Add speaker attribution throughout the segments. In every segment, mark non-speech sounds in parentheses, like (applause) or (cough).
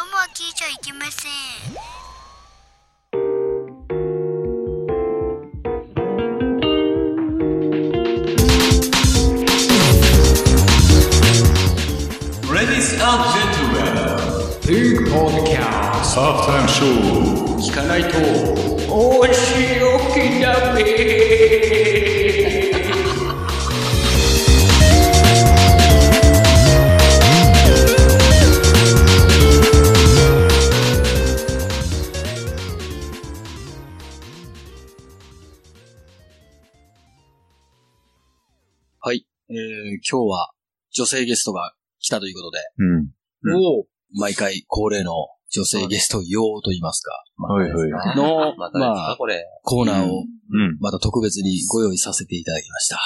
Speaker 1: ゃいけません
Speaker 2: ハーフタイムショー
Speaker 3: 聞かないとはい、えー、今日は女性ゲストが来たということで、
Speaker 2: うん。
Speaker 4: うん
Speaker 3: もう毎回恒例の女性ゲスト用と言いますか、
Speaker 2: はいはい。
Speaker 3: の、
Speaker 4: またです
Speaker 3: ま
Speaker 4: か、
Speaker 3: あ、
Speaker 4: これ。
Speaker 3: コーナーを
Speaker 2: うん。
Speaker 3: また特別にご用意させていただきました。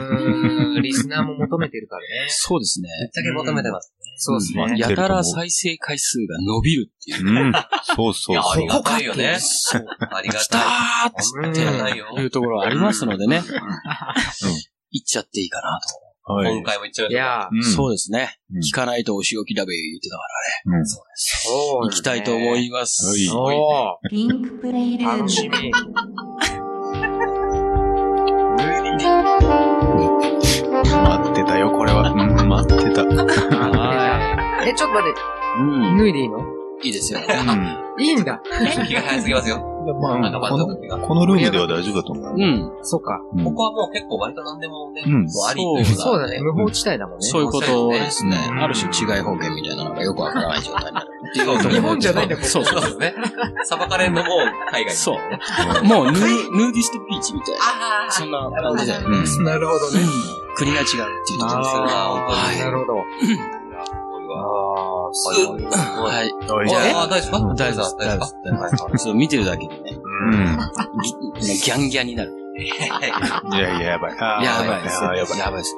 Speaker 4: うーん、リスナーも求めてるからね。
Speaker 3: そうですね。
Speaker 4: ぶっちゃけ求めてますね。そうです
Speaker 2: ね
Speaker 3: やたら再生回数が伸びるっていう。
Speaker 2: うん。そうそう
Speaker 4: やあ
Speaker 2: そ
Speaker 4: り
Speaker 2: う。
Speaker 4: がたいよね
Speaker 3: そう。
Speaker 4: ありが
Speaker 3: 来た
Speaker 4: たい。
Speaker 3: ーっ
Speaker 4: あ
Speaker 3: つ
Speaker 4: り
Speaker 3: っ
Speaker 4: がたい
Speaker 3: て、
Speaker 4: よ。
Speaker 3: いうところはありますのでね。行っちゃっていいかなと。
Speaker 2: はい。
Speaker 4: 今回も言っちゃう
Speaker 5: い
Speaker 4: よ。
Speaker 5: やー、
Speaker 2: うん
Speaker 3: そうですね
Speaker 2: うん。
Speaker 3: 聞かないとお仕置きだべ言ってたから。
Speaker 2: うん
Speaker 5: そう
Speaker 3: 行
Speaker 5: です
Speaker 3: き
Speaker 5: ね
Speaker 3: たいと思います。
Speaker 2: はい
Speaker 5: お
Speaker 1: リンクプレイル
Speaker 5: ー
Speaker 1: ー
Speaker 5: 楽
Speaker 1: ム
Speaker 5: しみ。
Speaker 6: 待ってたよ、これは。うん、待ってた。
Speaker 5: あえ、ちょっと待って、
Speaker 3: うん。
Speaker 5: 脱いでいいの
Speaker 3: いいですよね。
Speaker 2: うん。
Speaker 5: いいんだ。
Speaker 4: 気が早すぎますよ。
Speaker 5: ま
Speaker 4: な
Speaker 5: あ、
Speaker 4: んか
Speaker 2: この
Speaker 4: 満足が。
Speaker 2: このルームでは大丈夫だと思う。
Speaker 3: うん。
Speaker 5: そうか。
Speaker 2: うん
Speaker 4: ここはもう結構割と何でもね、
Speaker 2: うん
Speaker 4: もうありというか。
Speaker 5: そうだね。無法地帯だもんね。
Speaker 3: (laughs) そういうことですね。
Speaker 5: うん
Speaker 3: ある種違い保険みたいなのがよくわからない状態に (laughs) なる。っていう
Speaker 5: 日本じゃないんだ、
Speaker 3: そう
Speaker 4: そ
Speaker 3: そうう
Speaker 4: で。すね。サバカレンのもう海外。
Speaker 3: そう。もうヌー、ヌーディストビーチみたいな。そんな感じだよね。うん
Speaker 5: なるほどね。
Speaker 3: 国が違うっていうところですよね。
Speaker 5: あー、な
Speaker 3: は
Speaker 5: るほど。ああ、そういう。
Speaker 3: い。はい。
Speaker 2: 大
Speaker 4: じ
Speaker 2: 丈
Speaker 4: ゃあ、大丈夫
Speaker 3: 大
Speaker 4: 大丈
Speaker 3: 丈夫
Speaker 4: 夫
Speaker 3: で
Speaker 4: 大丈
Speaker 3: す。大丈夫です。そう見てるだけでね、ギギャンギャンになる。
Speaker 4: 夫。
Speaker 2: 夫。いやいや、やばい。あー
Speaker 3: やばいです
Speaker 2: あーやばい。
Speaker 3: やばいです。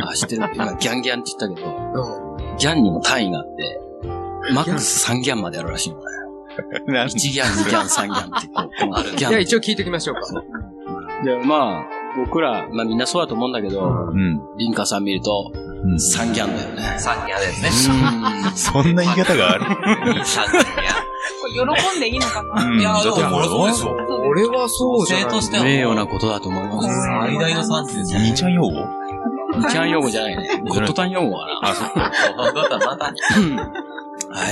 Speaker 3: あ、知ってる今ギャンギャンって言ったけど、ギャンにも単位があって、マックス3ギャンまであるらしいのね。
Speaker 2: なん
Speaker 3: 1ギャン、2ギャン、3ギャンってこう、このギ
Speaker 5: じゃあ
Speaker 3: ャン。
Speaker 5: 一応聞いておきましょうか。
Speaker 3: で、まあ、僕ら、まあみんなそうだと思うんだけど、
Speaker 2: うん。
Speaker 3: リンカさん見ると、
Speaker 2: うん
Speaker 3: 3ギャンだよね。
Speaker 4: サンニャですね。
Speaker 2: そんな言い方がある
Speaker 4: サンニ
Speaker 7: 喜んでいいのかな
Speaker 2: うん
Speaker 4: ャ。いや、
Speaker 2: だ
Speaker 4: で
Speaker 2: と思
Speaker 4: も
Speaker 2: う
Speaker 4: 俺そう
Speaker 2: よ
Speaker 4: で。しょ。
Speaker 5: 俺はそうじゃ
Speaker 4: 女性
Speaker 5: ない
Speaker 4: と。してはもう
Speaker 3: 名誉なことだと思います。
Speaker 4: 最大の産地ですよ。
Speaker 2: 兄ちゃん用語
Speaker 3: ギャン用語じゃないね。ゴッドタン用語かな。あ、そっか。
Speaker 4: またまた。
Speaker 3: は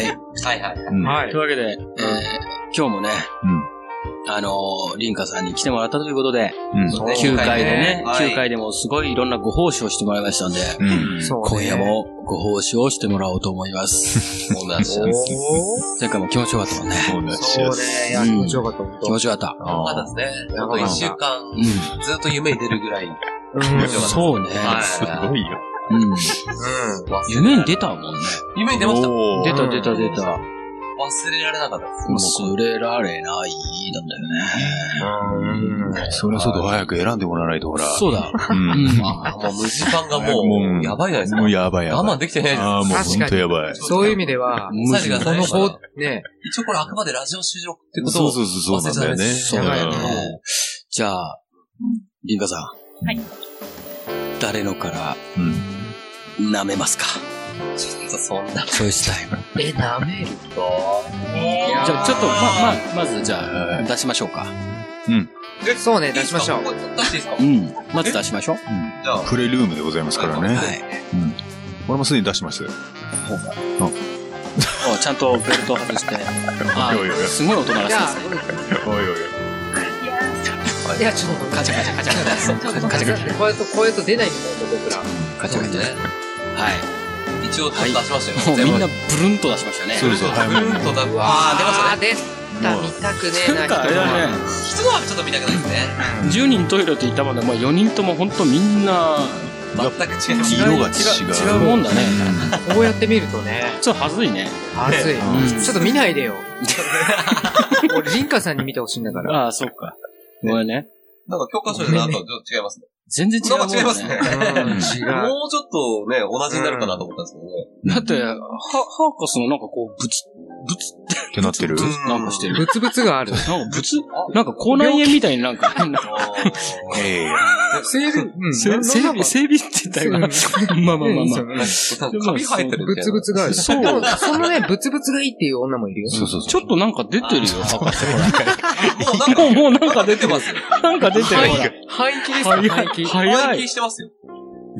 Speaker 3: い。
Speaker 4: はいはい。
Speaker 2: うん
Speaker 5: は
Speaker 3: というわけで、えー今日もね、あのー、リンカさんに来てもらったということで、
Speaker 2: うん。
Speaker 5: そう
Speaker 3: 9回でね、
Speaker 4: はい
Speaker 3: 9回でもすごいいろんなご奉仕をしてもらいましたんで、
Speaker 2: うん。
Speaker 5: い。そう
Speaker 3: 今
Speaker 5: ね
Speaker 3: 夜。もご奉仕をしてもらおうと思います。
Speaker 4: もうなし。
Speaker 5: お
Speaker 3: 前回も気持ちよかったもんね。
Speaker 2: そうだ
Speaker 5: ー。
Speaker 2: し
Speaker 5: そうね。いや、気持ちよかった、本
Speaker 3: 気持ちよかった。
Speaker 2: あ
Speaker 4: まだ
Speaker 2: ー
Speaker 4: ですね。なんか一週間、
Speaker 3: う
Speaker 4: ずっと夢に出るぐらい。
Speaker 5: 当。うん
Speaker 3: ん。そうね。
Speaker 4: はい
Speaker 2: すごいよ。
Speaker 3: うん。
Speaker 5: うん。
Speaker 3: 夢に出たもんね。
Speaker 4: 夢に出ました。
Speaker 2: おー
Speaker 3: 出た出た出た。
Speaker 4: 忘れられなかったです。
Speaker 3: 忘れられないなんだよね。
Speaker 2: そりゃそうだ、早く選んでもらわないと、ほら。
Speaker 3: そうだ。
Speaker 2: う。
Speaker 3: うんん。
Speaker 4: あ、もう無時間が
Speaker 2: も
Speaker 4: も
Speaker 2: う
Speaker 4: う、やばいじゃないです
Speaker 2: もう
Speaker 4: か。
Speaker 2: やばいやばい。
Speaker 4: 我慢できてないです。
Speaker 2: ああ、もう
Speaker 5: 確かに
Speaker 2: 本当やばい。
Speaker 5: そういう意味では、
Speaker 3: 無
Speaker 4: 最初
Speaker 5: こ
Speaker 4: が
Speaker 5: の
Speaker 4: 最初
Speaker 5: 子、ね、
Speaker 4: 一応これあくまでラジオ収録ってこと
Speaker 2: そう
Speaker 4: を
Speaker 2: そうそう、そうなんだよね。
Speaker 4: 忘
Speaker 3: そう
Speaker 5: れ
Speaker 3: だ
Speaker 5: ちゃ
Speaker 3: よ
Speaker 5: ダメです
Speaker 3: ね。じゃあ、リンカさん。
Speaker 7: はい。
Speaker 3: 誰のから
Speaker 2: うん。
Speaker 3: 舐めますか
Speaker 4: ちょっとそんな。
Speaker 3: チョイスタイム。
Speaker 5: え、舐める
Speaker 7: ね
Speaker 3: じゃあ、ちょっと、ま、
Speaker 4: あ
Speaker 3: ま、まず、じゃあ、出しましょうか。
Speaker 5: そうね、出しましょう。
Speaker 4: 出していいですか
Speaker 3: うん。まず出しましょう。
Speaker 2: うん
Speaker 4: じゃあ
Speaker 2: プレイルームでございますからね。
Speaker 3: はい。
Speaker 2: 俺もすでに出してます。
Speaker 3: おちゃんとベルトを外して。 (laughs) あ
Speaker 2: おいおいおい
Speaker 3: すごい音鳴ら
Speaker 5: じ
Speaker 3: し
Speaker 5: ゃ
Speaker 3: てま
Speaker 5: あ
Speaker 3: すね。、
Speaker 2: おいおい。
Speaker 5: うんいや、ちょっと、
Speaker 3: カチャカチャカチャカチャ。
Speaker 7: ちょっと
Speaker 3: カチャカチャ。
Speaker 5: こうやって、こうやって出ないみたいな、僕ら。
Speaker 3: カチャカチャ。は
Speaker 4: 一応ちょっと出しました
Speaker 3: い。も
Speaker 4: よ。
Speaker 3: うみんなブルンと出しましたね。
Speaker 2: そうです
Speaker 4: ちょ
Speaker 2: よ、
Speaker 4: っと
Speaker 2: 早
Speaker 4: ブ
Speaker 2: めに。
Speaker 4: ーンとだ、あー、出まし
Speaker 5: 出た、見たくねえな、
Speaker 3: なんかあれだね、
Speaker 4: たね。人はちょっと見たくないですね。
Speaker 3: 10人トイレって言ったもんで、まあ4人とも本当みんな
Speaker 4: 全く違う。
Speaker 2: 色が違
Speaker 3: 違うもんだね。
Speaker 5: こうやって見るとね、
Speaker 3: ちょっとはずいね。
Speaker 5: まずい。
Speaker 3: うん
Speaker 5: ちょっと見ないでよ。俺、リンカさんに見てほしいんだから。
Speaker 3: ああ、そうか。ごめんね。
Speaker 4: なんか教科書でなんかちょっと違いますね。
Speaker 3: 全然違う
Speaker 4: な
Speaker 3: も
Speaker 4: ん
Speaker 3: ん
Speaker 4: か違いますね。
Speaker 5: うん、違う。
Speaker 4: もうちょっとね、同じになるかなと思ったんですけどね。
Speaker 3: だって、ハ、ハーカスのなんかこう、ぶち、ぶつ
Speaker 2: ってなってる
Speaker 4: うん
Speaker 3: なんかしてる。
Speaker 5: ブツブツがある。
Speaker 3: なんかぶつ (laughs) なんか口内炎みたいになんか変な。
Speaker 2: ええ
Speaker 5: 整備、うん。
Speaker 3: せ整備、整備って言ったらいいかな、まあまあまあまあ。
Speaker 4: カビ生えてるみ
Speaker 5: ブ
Speaker 4: たい
Speaker 5: ツ
Speaker 4: な
Speaker 5: ブ。ツがある。
Speaker 3: そう
Speaker 5: でもそのね、ブツブツがいいっていう女もいるよ。
Speaker 2: そうそうそう。
Speaker 3: ちょっとなんか出てるよ、博士。
Speaker 4: もうなん
Speaker 3: も
Speaker 4: か
Speaker 3: う、もうなんか
Speaker 4: 出
Speaker 3: 出て
Speaker 4: て
Speaker 3: ま
Speaker 4: ますす
Speaker 3: よ
Speaker 4: よ。
Speaker 3: なんか出てる。
Speaker 5: 排気ですよ、排気。
Speaker 3: 早
Speaker 4: 大
Speaker 3: い
Speaker 4: 気。してますよ。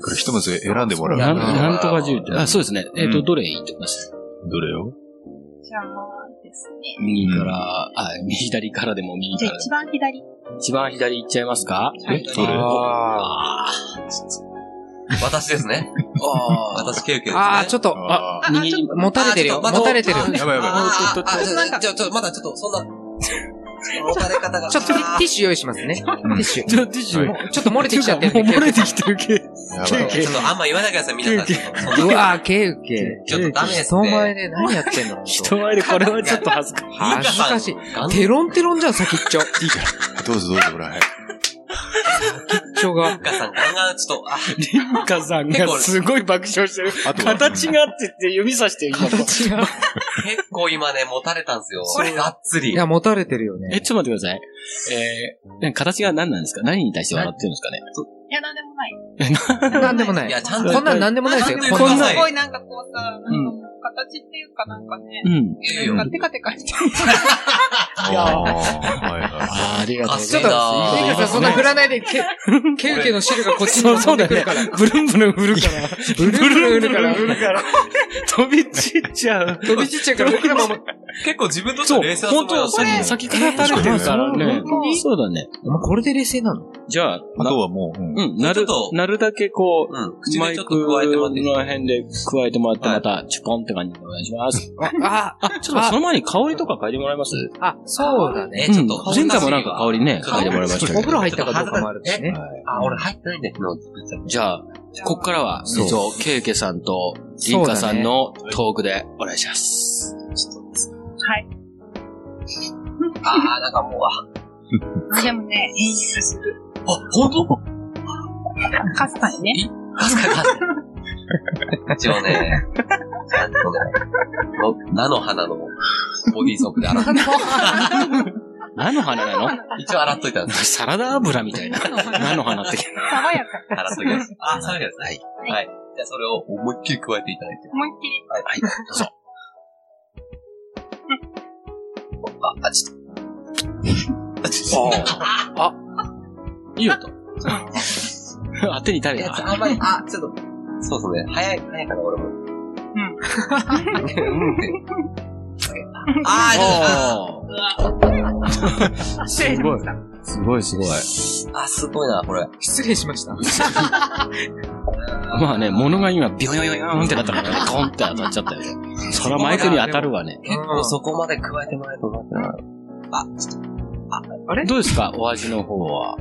Speaker 2: これひとまず選んでもらう。
Speaker 3: なん
Speaker 5: な
Speaker 3: なんとか10って。あ、そうですね。えっ
Speaker 2: う
Speaker 3: と、
Speaker 2: ん
Speaker 3: どれ言ってます
Speaker 2: どれよ
Speaker 7: じゃあですね。
Speaker 3: 右から、あ、左からでも右
Speaker 7: じ
Speaker 3: か
Speaker 7: ゃあ
Speaker 3: らで
Speaker 7: 一番左。
Speaker 3: も。一番左行っちゃいますか
Speaker 7: え
Speaker 2: どれ
Speaker 5: あ
Speaker 3: あ
Speaker 4: 私ですね。
Speaker 3: あー。
Speaker 4: 私、ケウケウですね。
Speaker 5: あー、ちょっと、
Speaker 2: あ
Speaker 7: あ
Speaker 3: 右に
Speaker 7: あちょっと
Speaker 5: 持たれてるよ。
Speaker 4: あちょっと
Speaker 5: 持たれてる。
Speaker 4: まだ
Speaker 2: やばいやばい
Speaker 4: あーあー、
Speaker 7: ちょっとなん
Speaker 4: あ
Speaker 7: か
Speaker 4: ちょっと、まだちょっと、そんな、
Speaker 5: (laughs)
Speaker 4: 持たれ方が。
Speaker 5: ちょっとティティッ
Speaker 4: シ
Speaker 5: シュ用意しますね。ティッシュ。
Speaker 3: じゃあ、ティッシュ。
Speaker 5: もうちょっと漏れてきちゃってるんで。
Speaker 3: もう漏れてきてるけ。
Speaker 2: やばい。
Speaker 4: ちょっと、あんま言わないでください、皆さん。ちょっとそん
Speaker 5: う
Speaker 4: な
Speaker 5: わぁ、ケウケ。
Speaker 4: ちょっとダメです
Speaker 5: 人
Speaker 4: ね。
Speaker 5: 前で何やってんの
Speaker 3: 人前でこれはちょっと恥ずかしい。
Speaker 5: 恥ずかしい。テロンテロンじゃん、先っちょ。先
Speaker 2: どうぞどうぞ、ほら、はい。
Speaker 5: っちょが。
Speaker 4: リンカさん、ガンガン、ちょっと、あ、
Speaker 3: リンカさんがすごい爆笑してる。
Speaker 2: あとは
Speaker 3: 形があってって指さしてる。今
Speaker 5: 形が。
Speaker 4: 結構今ね、持たれたんですよ。がっつ
Speaker 5: い
Speaker 4: り。
Speaker 5: や、持たれてるよ
Speaker 3: (laughs) え、
Speaker 5: ね。
Speaker 3: ちょっと待ってください。えーなんか形が何なんですか何に対して笑ってるんですかね
Speaker 7: いや、なんでもない。
Speaker 5: なんでもないい。
Speaker 4: や、ちゃんと。
Speaker 5: こんなんなんでもないですよ。
Speaker 4: なんでも
Speaker 5: こん
Speaker 4: な
Speaker 5: なん
Speaker 4: い
Speaker 7: すごいなんかこうさ、なんかもう形っていうかなんかね、
Speaker 3: うん。
Speaker 4: いい
Speaker 7: な
Speaker 4: よ
Speaker 7: んかテカテカして
Speaker 2: ああ、はいは
Speaker 3: あーありがとうご
Speaker 5: ち
Speaker 3: ざ
Speaker 5: ょっ
Speaker 3: い
Speaker 5: と、
Speaker 3: ま
Speaker 5: レ
Speaker 3: す。
Speaker 5: イカさんそんな振らないで、ケケウケの汁がこっちに
Speaker 3: そうそ
Speaker 5: 飛
Speaker 3: うんだ
Speaker 5: で (laughs) くる
Speaker 3: ね
Speaker 5: から。。
Speaker 3: ブルン (laughs) ブルン振るから。
Speaker 5: ブルブルブルから。
Speaker 3: から。飛び散っちゃう。
Speaker 5: 飛び散っちゃうから僕らも。
Speaker 4: 結構自分として
Speaker 3: そ
Speaker 4: は
Speaker 3: う
Speaker 4: 冷静、だと
Speaker 3: 本
Speaker 4: 思いま
Speaker 3: 当
Speaker 4: すよ
Speaker 3: 先先から垂れてるからね
Speaker 5: 本当に。
Speaker 3: そうだね。
Speaker 5: お前これで冷静なの
Speaker 3: じゃあ、
Speaker 2: い。あと
Speaker 3: な
Speaker 2: はもう、うん
Speaker 3: うん、な
Speaker 4: ちょ
Speaker 3: る
Speaker 4: っと、
Speaker 3: なるだけこう、
Speaker 4: うん。口
Speaker 3: マ
Speaker 4: で
Speaker 3: イ
Speaker 4: ちょ
Speaker 3: ク
Speaker 4: っと加えてもらっていい
Speaker 3: の辺で加えてもらって、また、チュポンって感じでお願いします。
Speaker 5: あ、
Speaker 3: あ、ちょっと待ってその前に香りとか嗅いでもらえます
Speaker 5: あ、そうだね。
Speaker 4: え、ちょっと
Speaker 3: う、ん前回もなんか香りね、嗅いでもらいました
Speaker 5: お
Speaker 3: け
Speaker 5: 風呂
Speaker 3: ど。
Speaker 5: 入ったかどうかもあるしね。
Speaker 4: あ、俺入ってないんだけど。
Speaker 3: じゃあ、こっからは、
Speaker 2: そう
Speaker 3: 以上、ケイケさんと、リンカさんのトークでお願いします。
Speaker 4: あー、なんかもう、あ、
Speaker 7: る。でもね、いい匂いする。
Speaker 4: 本当
Speaker 7: かすかにね。
Speaker 4: かすかにかすかに。一応ね、ちゃんとね、の菜の花のボディーソープで洗っ
Speaker 3: 何の花なの
Speaker 4: (laughs) 一応洗っといたんです。
Speaker 3: サラダ油みたいな。 (laughs) 何の花って。
Speaker 7: 爽やか。
Speaker 4: 洗っときます。あ、そうです。はい。はい。じゃあそれを思いっきり加えていただいて。
Speaker 7: 思いっきり。
Speaker 4: はい。はい、どうぞ。あ、あ、ちょっと。あ、ちょっと。
Speaker 3: いいよと。当てに垂れた。
Speaker 4: (laughs) あんまり、あ、ちょっと。そうですね。早い、早いかな、俺も。うん。うん。あー、ちょっと。あー
Speaker 3: おーすごい。 (laughs) すごいすごい。
Speaker 4: あ、すごいな、これ。
Speaker 5: 失礼しました。
Speaker 3: まあね、物が今、ビヨヨヨヨーンってなったからね、コンって当たっちゃったよ (laughs) ね。そらマイクに当たるわね。
Speaker 4: 結構そこまで加えてもらえると思ってな。
Speaker 3: どうですかお味の方は。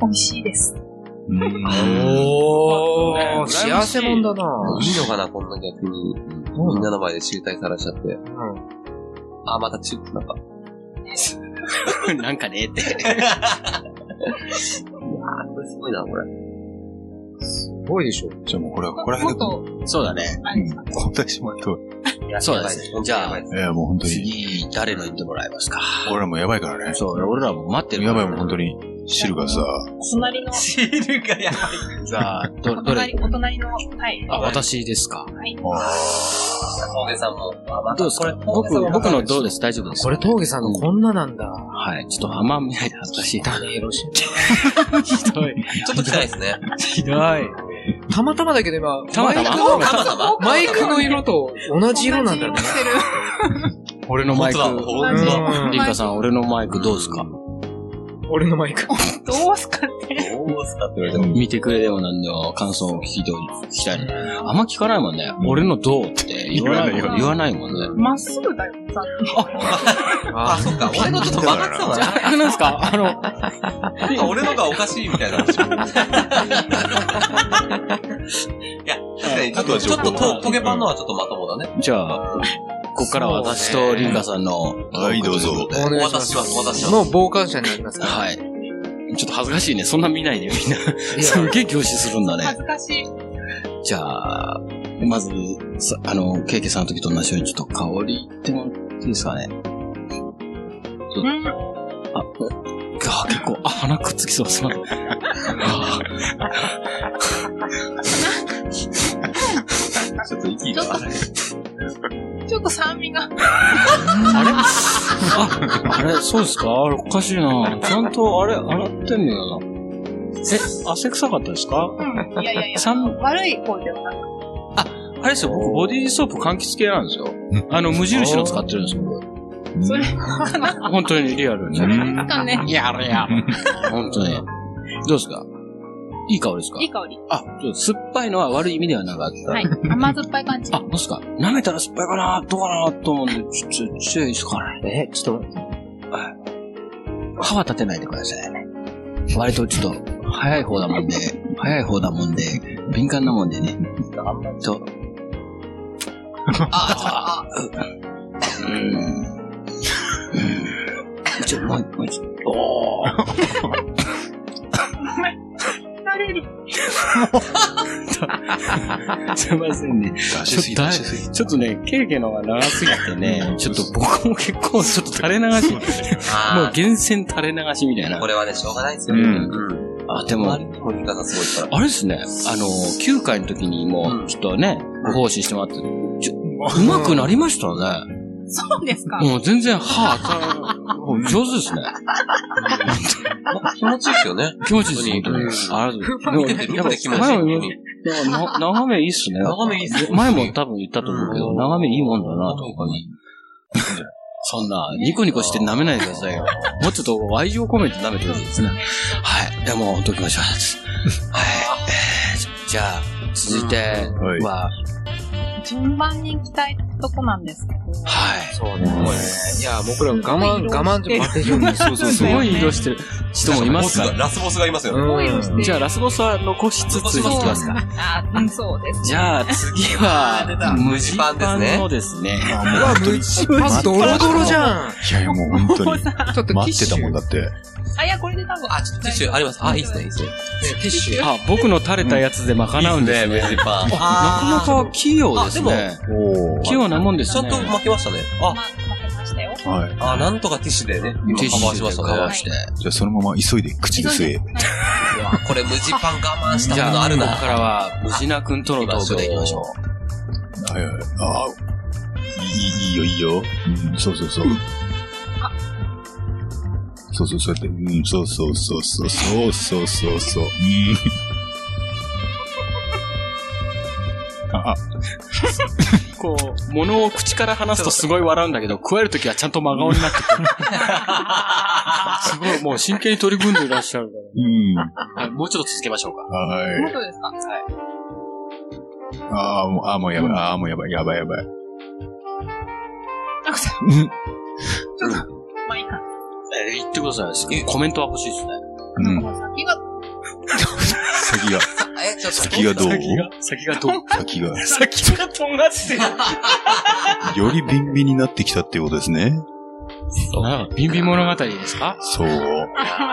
Speaker 7: 美味しいです。
Speaker 5: おー、幸せもんだない
Speaker 4: いのかな、こんな逆に。みんなの前で集大さらしちゃって。あ、またチュッとなんか。
Speaker 3: なんかね、って。
Speaker 4: あ、これすごいな、これ。
Speaker 5: すごいでしょ。
Speaker 2: じゃあもうこれはここら
Speaker 7: もっ
Speaker 2: 辺で、
Speaker 7: と、
Speaker 3: そうだね。
Speaker 7: あれですか
Speaker 2: 交代してもらっても
Speaker 3: そうですね。じゃあ、
Speaker 2: いや、もう本当に、
Speaker 3: 次、誰の言ってもらえますか
Speaker 2: 俺らもやばいからね。
Speaker 3: そう、俺らも待ってる。
Speaker 2: やばいもん、本当に。汁がさ、
Speaker 7: 隣の、
Speaker 4: 汁がやばい。
Speaker 3: じゃあ、ど、
Speaker 7: お
Speaker 3: どれ
Speaker 7: 隣、お隣の、はい。
Speaker 3: あ、私ですか
Speaker 7: はい。
Speaker 4: 大根さんも。あまた
Speaker 3: どうです
Speaker 4: これ
Speaker 3: か僕、僕のどうです大丈夫です
Speaker 5: これ、峠さんのこんななんだ。
Speaker 3: はい。ちょっとあんま見ないで恥ずか (laughs) しい。
Speaker 5: だね、よろしい。
Speaker 3: ひどい。
Speaker 4: ちょっと汚いですね。
Speaker 3: ひどい。
Speaker 5: たまたまだけど今、
Speaker 3: たまたま
Speaker 5: マイクのマイクの色と同じ色なんだね
Speaker 7: 同。じ色してる。
Speaker 3: 俺のマイク。
Speaker 4: 本当だ
Speaker 7: 本
Speaker 5: 当だ
Speaker 3: リンカさん、俺のマイクどうですか
Speaker 5: 俺のマイク。
Speaker 7: どうすかって。
Speaker 4: どうすかって言われても。
Speaker 3: 見てくれでもなんでも感想を聞いて聞きたいね。あんま聞かないもんね。俺のどうって言わないも
Speaker 2: 言
Speaker 3: ん
Speaker 2: わ
Speaker 7: な
Speaker 3: ね。
Speaker 7: い
Speaker 3: 言わないもんね。
Speaker 7: まっすぐだよ、さ。
Speaker 4: あ、そっか。俺のちょっと曲がってたもんね。
Speaker 3: あ、なんです (laughs) かあの、
Speaker 4: あ俺のがおかしいみたいな話。いや、確かに、ちょっと、ちょっとと、ポケパンのはちょっとまともだね。
Speaker 3: じゃあ、こっからは私とリンカさんの。
Speaker 2: はい、どうぞ。
Speaker 5: お願いしま
Speaker 4: お渡ししますお渡しし
Speaker 5: す。
Speaker 4: ます
Speaker 5: の傍観者になりますから。
Speaker 3: はい。ちょっと恥ずかしいね。そんな見ないでみんな。
Speaker 5: いや
Speaker 3: すっげえ凝視するんだ
Speaker 7: 恥
Speaker 3: ね。
Speaker 7: ずかしい。
Speaker 3: じゃあ、まず、さあの、ケーキさんの時と同じように、ちょっと香りってもらっていいですかね。
Speaker 7: うん。
Speaker 3: あ、おあ結構、あ、鼻くっつきそうで
Speaker 4: (laughs)
Speaker 3: すね。あ
Speaker 4: ちょっと息が荒い。
Speaker 7: ちょっと酸味が。
Speaker 3: あれ、そうですかあれ、おかしいな。ちゃんと、あれ、洗ってんのよな。え、汗臭かったですか
Speaker 7: うん。いやいやいや。
Speaker 3: 酸
Speaker 7: 悪い方ではなく
Speaker 3: あれですよ、僕、ボディーソープ柑橘系なんですよ。あの、無印の使ってるんですよ、僕
Speaker 7: それ
Speaker 3: 本当にリアルに。
Speaker 7: なんかね、
Speaker 3: やる
Speaker 4: (laughs)
Speaker 3: やる。本当に。どうですかいい香りですか
Speaker 7: いい香り。
Speaker 3: あ、そう酸っぱいのは悪い意味ではなかった。
Speaker 7: はい。甘酸っぱい感じ。
Speaker 3: あ、どうですか舐めたら酸っぱいかなどうかなと思うんで、ちょ、ちょ、注意ですかね。
Speaker 5: え、ちょっと待っ
Speaker 3: 歯は立てないでくださいね。割とちょっと、早い方だもんで、早い方だもんで、敏感なもんでね。と。あ、あ、あ、うん。うんちょ、もう、もうちょっと。おー
Speaker 7: 慣れる。
Speaker 3: すいませんね。
Speaker 2: 出しすぎ、出しすぎ。
Speaker 3: ちょっとね、ケーキのが長すぎてね、ちょっと僕も結構ちょっと垂れ流し、もう
Speaker 4: あ
Speaker 3: 厳選垂れ流しみたい
Speaker 4: あ、
Speaker 3: な
Speaker 4: こ。れはね、しょうがないですよ。
Speaker 2: うん
Speaker 4: ん。
Speaker 3: あ、で
Speaker 4: でも、
Speaker 3: も
Speaker 4: 周、りの言い方すごいか
Speaker 3: あれですね、あの、9回の時にも
Speaker 4: う
Speaker 3: う、
Speaker 4: ん
Speaker 3: ちょっとね、ご奉仕してもらって、ちょうまくなりましたね。
Speaker 7: そうですか。
Speaker 3: もう全然歯開かん上手ですね。
Speaker 4: ら。なんか気持ちいいですよね。
Speaker 3: 気持ちいいです、本
Speaker 4: 本
Speaker 3: 当
Speaker 4: 当
Speaker 3: に
Speaker 4: に。
Speaker 3: ありがとうござ
Speaker 4: 見て
Speaker 3: います
Speaker 4: て、
Speaker 3: でも
Speaker 4: ループで気持ち
Speaker 3: 前
Speaker 4: いい
Speaker 3: も
Speaker 4: 本
Speaker 3: 言
Speaker 4: 当
Speaker 3: う
Speaker 4: に。
Speaker 3: でもな眺めいいっすね。
Speaker 4: 眺めいいっす
Speaker 3: 前も多分言ったと思うけど、
Speaker 4: うん
Speaker 3: 眺めいいもんだな、とかに。そんな、ニコニコして舐めないでくださいよ。もうちょっと愛情込めて舐めてほしいですね。はい。でもう、本当に気持 (laughs) ちよかったです。はい。えーじゃあ、続いて
Speaker 2: はい
Speaker 3: は、
Speaker 7: 順番に行きたいとこなんですけど。
Speaker 3: はい。
Speaker 5: て。そうね。いや、僕ら我慢、我慢じゃ待てるよ (laughs) ね。
Speaker 7: そうそう
Speaker 3: す
Speaker 7: そう
Speaker 3: ごい色してる人もいますか
Speaker 4: ボスがラスボスがいますよ。
Speaker 5: う
Speaker 7: 恋をして
Speaker 5: ん。
Speaker 3: じゃあ、ラスボスは残しつつ
Speaker 4: ちょっと
Speaker 3: 引
Speaker 4: 行
Speaker 3: き
Speaker 4: き
Speaker 3: ま
Speaker 4: ますす
Speaker 3: か。
Speaker 7: あ、うん、そうです。
Speaker 3: じゃ (laughs) あ、次は
Speaker 4: あー出た、
Speaker 3: 無地パンの
Speaker 4: 無
Speaker 3: ですね。
Speaker 5: うわ、無一発ドロドロじゃん。
Speaker 2: いやいや、もう本当に。
Speaker 5: ちょっとティッ
Speaker 2: 待っ
Speaker 5: シュ
Speaker 2: てたもんだって。
Speaker 7: あ、いや、これで多分。
Speaker 4: あ、ちょっとティッシュあります。あ、いいっすね、いいっすね。
Speaker 5: ティッシュ。
Speaker 3: あ、僕の垂れたやつで賄うんですね。
Speaker 4: ジパン。
Speaker 3: なかなか器用です
Speaker 4: あ
Speaker 3: ね。
Speaker 2: お
Speaker 3: 器用なもんです
Speaker 4: ちゃ
Speaker 3: ね。
Speaker 4: んと負けましたね。
Speaker 7: まあ、負けましたよ。
Speaker 2: お。はい。
Speaker 4: あ、あ、なんとかティッシュでね、今
Speaker 3: ティッシュ
Speaker 4: カバーしました
Speaker 3: でカ
Speaker 4: ね
Speaker 3: バー。して。
Speaker 2: じゃあそのまま急いで口で吸え。
Speaker 4: うわこれ無地パン我慢した
Speaker 3: じゃ
Speaker 4: ものあ
Speaker 3: あ、こ
Speaker 4: る
Speaker 3: こ
Speaker 4: な。
Speaker 3: からは、無事なくんとのトークでいきましょう。
Speaker 2: はいはい。ああ。いい、いいよ、いいよ。うん、そうそうそう。そうそう、そうやって。うん、そうそうそうそう。そうそうそうそう。うん。あ、あ、
Speaker 3: こう、物を口から話すとすごい笑うんだけど、食えるときはちゃんと真顔になって (laughs) くる。すごい、もう真剣に取り組んでいらっしゃるか
Speaker 2: うん。
Speaker 3: ら。はいもうちょっと続けましょうか。
Speaker 2: はい。
Speaker 7: 本当ですかはい。
Speaker 2: ああ、もう、ああ、もうやばい、ああ、もうやばい、やばい、やばい。
Speaker 7: なんかさ、
Speaker 2: うん。
Speaker 7: まあいいか。
Speaker 3: えー言ってください。すげえコメントは欲しいですね。
Speaker 2: う
Speaker 7: なん
Speaker 2: ん
Speaker 7: か。もう先が、
Speaker 2: 先が、
Speaker 4: え、ちょっと
Speaker 2: 先がどう
Speaker 3: 先がどう
Speaker 2: 先が、
Speaker 3: 先がとんがってる。
Speaker 2: よりビンビンになってきたっていうことですね。
Speaker 3: なんかビンビン物語ですか
Speaker 2: そ
Speaker 4: あ
Speaker 2: う。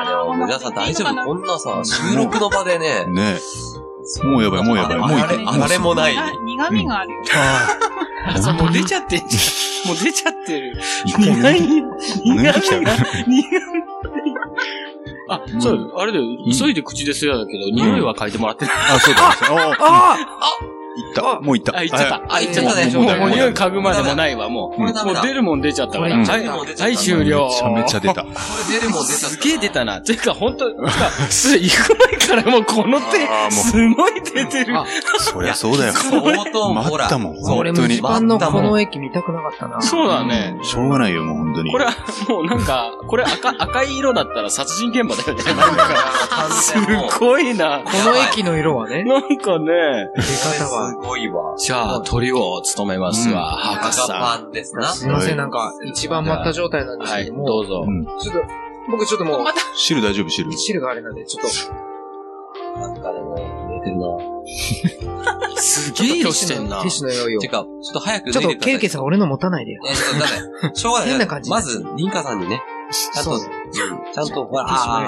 Speaker 4: でも皆さん大丈
Speaker 7: いいの
Speaker 4: 夫
Speaker 7: か
Speaker 4: こんなさ、収録の場でね、
Speaker 2: ねもうやばい、もうやばい、もう
Speaker 4: あ
Speaker 2: い
Speaker 4: れ、
Speaker 2: け
Speaker 4: あれもない。
Speaker 7: な苦味があるよ。
Speaker 3: そうもう出ちゃってんじ (laughs) ゃん。もう出ちゃってる。
Speaker 2: 一
Speaker 3: 苦
Speaker 2: 回抜い
Speaker 3: い、苦
Speaker 2: 抜い
Speaker 3: い
Speaker 2: てきたよ
Speaker 3: が、苦い。あ、そう、あれだよ。急いで口ですやだけど、匂いは嗅いでもらってる。
Speaker 2: あ、そうだ。ああ
Speaker 5: あ
Speaker 2: 行った。もう行った。
Speaker 3: あ、行っちゃった。
Speaker 4: あ、言っちゃったね。
Speaker 3: もう、もう
Speaker 2: もう
Speaker 3: 匂い嗅ぐまでもないわ、もう。
Speaker 4: こ
Speaker 3: も
Speaker 4: れダメ
Speaker 3: う
Speaker 4: だ
Speaker 3: 出るもん出ちゃったから。
Speaker 2: うん
Speaker 3: はい、
Speaker 4: もう出ちゃった
Speaker 3: はい終了。
Speaker 2: めちゃめちゃ出た。
Speaker 4: 出るもん出ちゃっ
Speaker 3: すげえ出たな。というか、ほんと、なんかすいくらいからもうこの
Speaker 2: あーも
Speaker 3: 手、
Speaker 2: う
Speaker 3: すごい出てる。
Speaker 5: あ
Speaker 2: そりゃそうだよ。
Speaker 4: 相当、ほ
Speaker 2: 待
Speaker 4: ら。
Speaker 2: ったもん。
Speaker 4: そう
Speaker 5: 俺
Speaker 2: 本
Speaker 5: も
Speaker 2: 当に。
Speaker 5: 一
Speaker 2: し
Speaker 5: 般のこの駅見たくなかったな。
Speaker 3: そうだね。
Speaker 2: ょうがないよ、もう本当に。
Speaker 3: これは、もうなんか、これ赤、赤い色だったら殺人現場だよね。 (laughs) すごいな。
Speaker 5: この駅の色はね、
Speaker 3: なんかね。
Speaker 5: 出方
Speaker 4: す
Speaker 5: は。
Speaker 4: ごいわ。
Speaker 3: じゃあ、鳥を務めますわ、博
Speaker 4: 赤
Speaker 3: 士さ
Speaker 4: パンですな。
Speaker 5: すいません、なんか、一番待った状態な
Speaker 3: ん。
Speaker 5: んです
Speaker 3: は
Speaker 5: け
Speaker 3: い、
Speaker 5: ど
Speaker 3: ど
Speaker 5: も、
Speaker 3: うぞ。
Speaker 5: ちょっと、僕ちょっともう、
Speaker 2: 汁大丈夫、汁。
Speaker 5: 汁があれなんで、ちょっと、
Speaker 4: なんかでも、出てるな。
Speaker 3: すげえ色してんな
Speaker 5: ティッ。シュの用意を。
Speaker 4: て
Speaker 5: ち
Speaker 4: か、ちょっと早く
Speaker 5: ょっ
Speaker 4: 脱い
Speaker 5: と
Speaker 4: で、く
Speaker 5: ケ
Speaker 4: だ
Speaker 5: イ
Speaker 4: さ
Speaker 5: ケ
Speaker 4: い。
Speaker 5: さん俺の持たないでよ。
Speaker 4: え、ちょっとダメ。しょうが
Speaker 5: (laughs)
Speaker 4: ない。まず、リンカさんにね、ちゃんと、ちゃんと、ほら、ああ、
Speaker 5: あ、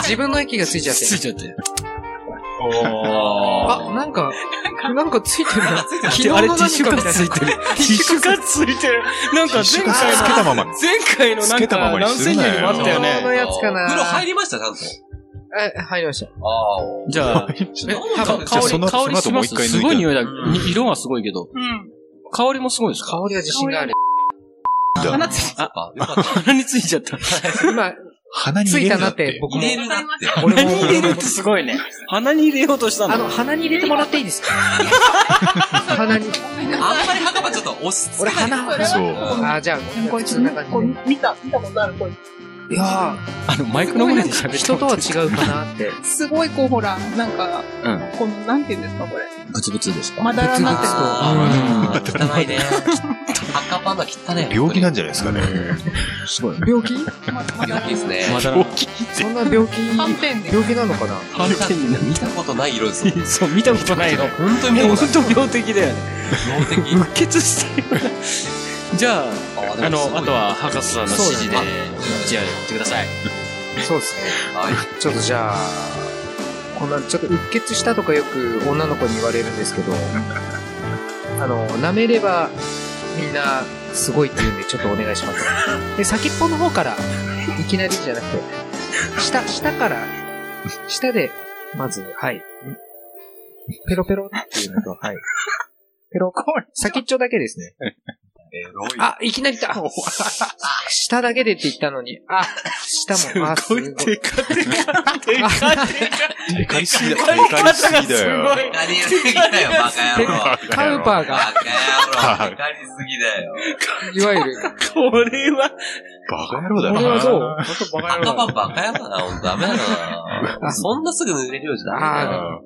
Speaker 4: あ
Speaker 5: 自分の駅がついちゃって。
Speaker 3: ついちゃって。
Speaker 5: あ、
Speaker 4: あ
Speaker 5: なんか、なんかついてるな。昨日の
Speaker 3: あ
Speaker 5: 何
Speaker 3: れティ
Speaker 5: か
Speaker 3: ッシュカ
Speaker 5: み
Speaker 3: つ
Speaker 5: たい
Speaker 3: いてる。 (laughs) ティッシュカついてる。なんか
Speaker 6: ティッシ
Speaker 3: 前
Speaker 6: ュカ
Speaker 3: 回
Speaker 6: つけ
Speaker 3: の、
Speaker 6: たまま。
Speaker 3: 前回の
Speaker 6: つ
Speaker 3: なん
Speaker 6: けたま
Speaker 3: か
Speaker 6: まに
Speaker 3: 何
Speaker 6: する
Speaker 3: 千
Speaker 6: な
Speaker 3: 円
Speaker 6: よ
Speaker 3: にもあったよ
Speaker 5: この
Speaker 3: ね。
Speaker 5: やつかな
Speaker 4: 風呂入りました、ちゃんと。
Speaker 5: な。え、入りました。
Speaker 4: ああ。
Speaker 3: じ
Speaker 6: (laughs)
Speaker 3: ゃあ、え、
Speaker 4: なんだ
Speaker 3: か
Speaker 4: ろう
Speaker 3: 香
Speaker 6: じゃあそ
Speaker 3: り、
Speaker 6: の
Speaker 3: 香り
Speaker 6: その後
Speaker 3: し
Speaker 6: も
Speaker 3: ま
Speaker 6: う一
Speaker 3: す
Speaker 6: 回抜いて
Speaker 3: すごい匂いだ
Speaker 4: うん。
Speaker 3: に色はすごいけど。
Speaker 7: うん。
Speaker 3: 香りもすごいですか
Speaker 5: 香りは自信がある。
Speaker 7: 鼻つい
Speaker 4: あ、よかった。
Speaker 3: 鼻についちゃった。
Speaker 5: 今、
Speaker 6: 鼻に
Speaker 5: つ
Speaker 6: 入
Speaker 5: い
Speaker 6: れ
Speaker 5: た
Speaker 6: るな
Speaker 5: な
Speaker 6: っ
Speaker 5: ってて、。僕
Speaker 4: 入
Speaker 5: も。
Speaker 4: れるなって。
Speaker 5: 俺
Speaker 3: 鼻
Speaker 5: も
Speaker 3: に入れるってすごいね。鼻に入れようとした
Speaker 5: あ
Speaker 3: の
Speaker 5: の、。鼻に入れてもらっていいですか鼻に。
Speaker 4: あんまり墓場ちょっと押し付
Speaker 5: 俺
Speaker 4: けない。
Speaker 5: 鼻。
Speaker 6: そう。
Speaker 5: あ、じゃあ、こ
Speaker 7: こ
Speaker 5: い
Speaker 7: い
Speaker 5: つ
Speaker 7: つ
Speaker 5: の中
Speaker 7: こう
Speaker 5: にね。
Speaker 7: 見た、見たことある、こいつ。
Speaker 5: いや
Speaker 3: あの、マイクの前で喋
Speaker 5: ー
Speaker 3: って。
Speaker 5: 人とは違うかなって。
Speaker 7: すごい、こう、ほら、なんか、
Speaker 3: うん。
Speaker 7: この、なんていうんですか、これ。
Speaker 3: ブツブツですか
Speaker 7: まだらなってる。
Speaker 4: あー汚いね。赤パンダ汚ね。
Speaker 6: 病気なんじ
Speaker 4: じ
Speaker 6: ゃないですかね。
Speaker 3: すごい。
Speaker 5: 病気
Speaker 7: ままだ
Speaker 4: 病
Speaker 7: ら
Speaker 4: 気
Speaker 7: な
Speaker 4: ですね。
Speaker 3: まだら
Speaker 6: 病気
Speaker 5: そんな病気、
Speaker 7: 斑点で。
Speaker 5: 病気なのかな
Speaker 3: 反転にな
Speaker 4: 見たことない色
Speaker 3: (laughs)
Speaker 4: ですよ。
Speaker 3: る。そう、見たことないの。
Speaker 4: 本当に
Speaker 3: も
Speaker 4: も
Speaker 3: う
Speaker 4: う、
Speaker 3: (laughs) 本当病的だよね。
Speaker 4: 脳的。
Speaker 3: 無血してる。じゃあ、あ
Speaker 4: あ
Speaker 3: の、あとは、博士さんの指示で、
Speaker 5: そう
Speaker 3: じゃあ、やってください。
Speaker 5: そうですね。
Speaker 4: はい。
Speaker 5: ちょっとじゃあ、こんな、ちょっとうっ血したとかよく女の子に言われるんですけど、あの、舐めればみんなすごいって言うんで、ちょっとお願いします。で、先っぽの方から、いきなりじゃなくて、下、下から、下で、まず、はい。ペロペロっていうのと、はい。ペロ、先っちょだけですね。
Speaker 4: エロい。
Speaker 5: あ、いきなりだ下だけでって言ったのに、あ、下も、あ、す
Speaker 3: すご
Speaker 5: ご
Speaker 3: い
Speaker 5: い。
Speaker 3: テカテカ、テカテ
Speaker 6: でかいすぎだ。
Speaker 3: カ。
Speaker 6: でかいすぎだよ。
Speaker 4: 何やってきたよ、バカ
Speaker 3: (laughs)
Speaker 4: 野郎。
Speaker 5: カウパー
Speaker 4: バ
Speaker 5: が、
Speaker 4: カ野郎。かかりすぎだよ。
Speaker 5: いわゆる、
Speaker 3: これは、
Speaker 6: バカ野郎だな。
Speaker 5: これはどう
Speaker 4: 赤パンバカ野郎だな、ほんとダメだな。そんなすぐ濡れるようじゃダメだよ。
Speaker 5: ああ、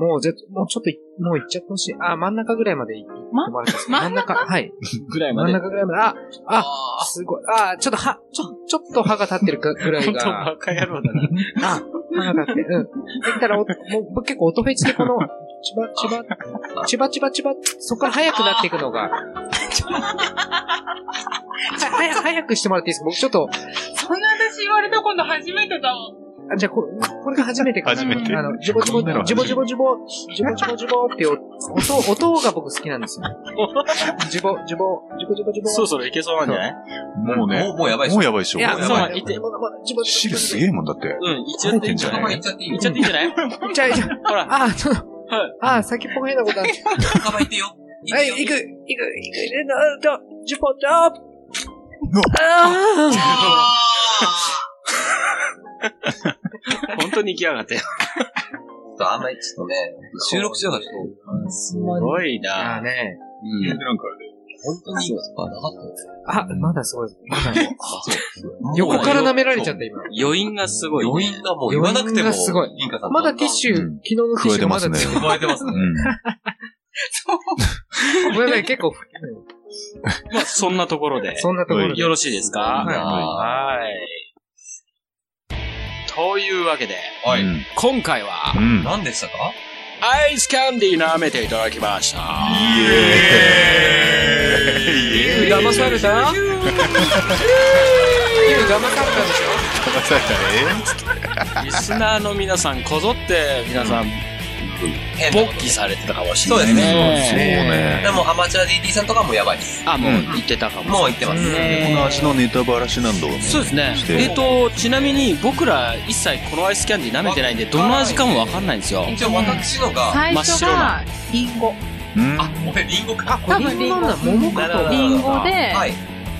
Speaker 5: もうぜ、もうちょっとい、もう行っちゃってほしい。あ、真ん中ぐらいまで行ってもらっていいですか
Speaker 7: ま
Speaker 5: 真ん中はい。
Speaker 3: ぐらいま
Speaker 5: 真
Speaker 3: で。
Speaker 5: ん中ぐらいまで、あ、あ、すごい。あ、ちょっと歯、ちょ、ちょっと歯が立ってる
Speaker 3: (laughs)
Speaker 5: かぐらい
Speaker 3: 本当
Speaker 5: が、
Speaker 3: バカ野郎だな。
Speaker 5: あ、歯が立って、うん。できたらお、もう僕結構音フェチでこの、チバチバ、チバチバチバ、そこから速くなっていくの
Speaker 3: (laughs)
Speaker 5: が、早く、早くしてもらっていいですか僕ちょっと、
Speaker 7: そんな私言われたこと初めてだもん。
Speaker 5: あじゃあこ、これが初めてかな。
Speaker 6: 初めて
Speaker 5: あの、ジボジボ、
Speaker 6: こんなの
Speaker 5: ジ
Speaker 6: 初め
Speaker 5: ボ
Speaker 6: て
Speaker 5: ジボジボ、ジボジボジボっていう音、音が僕好きなんですよ。ジボ、ジボ、ジボジボジボ。
Speaker 3: (laughs) そろそろいけそうなんじゃない
Speaker 6: もうね
Speaker 4: もう、、もうやばいっし
Speaker 6: も
Speaker 4: ょ
Speaker 6: う。やばいっしょ。
Speaker 5: いや、
Speaker 4: もう
Speaker 5: そう
Speaker 4: やば
Speaker 5: なん
Speaker 4: い
Speaker 5: ジボジボジボ
Speaker 6: 汁すげえもんだって。
Speaker 3: うん、いっちゃっていいんじゃ
Speaker 4: 赤パン
Speaker 3: ない
Speaker 4: いっちゃっていい
Speaker 3: いっちゃっていいんじゃない
Speaker 5: いっちゃいっちゃい。
Speaker 3: ほら、
Speaker 5: あ、ちょっと
Speaker 3: はい、
Speaker 5: あ、先っぽが変なことあって。
Speaker 4: 赤パンいっていいよ。
Speaker 5: はい、行く、行く、行く、行く、あとジボ、ああ
Speaker 3: (laughs) 本当に行きやがって。
Speaker 4: ち
Speaker 3: す
Speaker 4: ょっとあんまりちょっとね、収録しようがちょっと、すい。
Speaker 3: ごい
Speaker 5: ああ
Speaker 3: な
Speaker 5: ね。
Speaker 3: うん。
Speaker 6: なんか、
Speaker 4: 本当にいいことはなかったですよ。
Speaker 5: あ、まだすごい。
Speaker 4: あ、そう。
Speaker 5: 横から舐められちゃった、今。
Speaker 3: 余韻がすごいね。
Speaker 4: 余韻がもう言わなくても、
Speaker 5: 余韻がすごい
Speaker 4: ンカさん
Speaker 5: まだティッシュ、
Speaker 6: う
Speaker 5: 昨
Speaker 6: ん
Speaker 5: 日のティッシュまだ
Speaker 6: 食えてますね
Speaker 4: 加えてますね。
Speaker 6: うん。
Speaker 5: ごめんなさい、結構、
Speaker 3: まあ、そんなところで。
Speaker 5: そんなところで。
Speaker 3: よろしいですか
Speaker 5: はい
Speaker 3: はい。というわけで、
Speaker 4: は
Speaker 6: う
Speaker 4: い。
Speaker 6: ん
Speaker 3: 今回は、
Speaker 6: うん。
Speaker 4: 何でしたか
Speaker 3: アイスキャンディー舐めていただきました。
Speaker 6: イエーイ
Speaker 5: 騙
Speaker 3: (laughs)
Speaker 5: されたユー騙されたでしょ
Speaker 6: 騙されたね。
Speaker 3: リスナーの皆さん、こぞって、皆さん、勃起されてたかもしれない。
Speaker 4: そうですね
Speaker 6: そう
Speaker 4: で
Speaker 6: ね。
Speaker 4: もアマチュア DD さんとかもやばいです。
Speaker 3: あ、もう
Speaker 6: う、
Speaker 3: 言ってたかもしれない。
Speaker 4: もう言ってます。
Speaker 6: この味のネタばらしなんだろうね。
Speaker 3: そうですね
Speaker 6: し。て
Speaker 3: えっ、と、ちなみに僕ら一切このアイスキャンディー舐めてないんで、どの味かもわかんないんですよ。
Speaker 4: 一応私のが、
Speaker 3: 真っ白な。
Speaker 7: リンゴ。
Speaker 6: うん。
Speaker 4: あ、俺リンゴか。
Speaker 5: これリンゴなんだ、桃かと。
Speaker 7: リンゴで
Speaker 4: はい。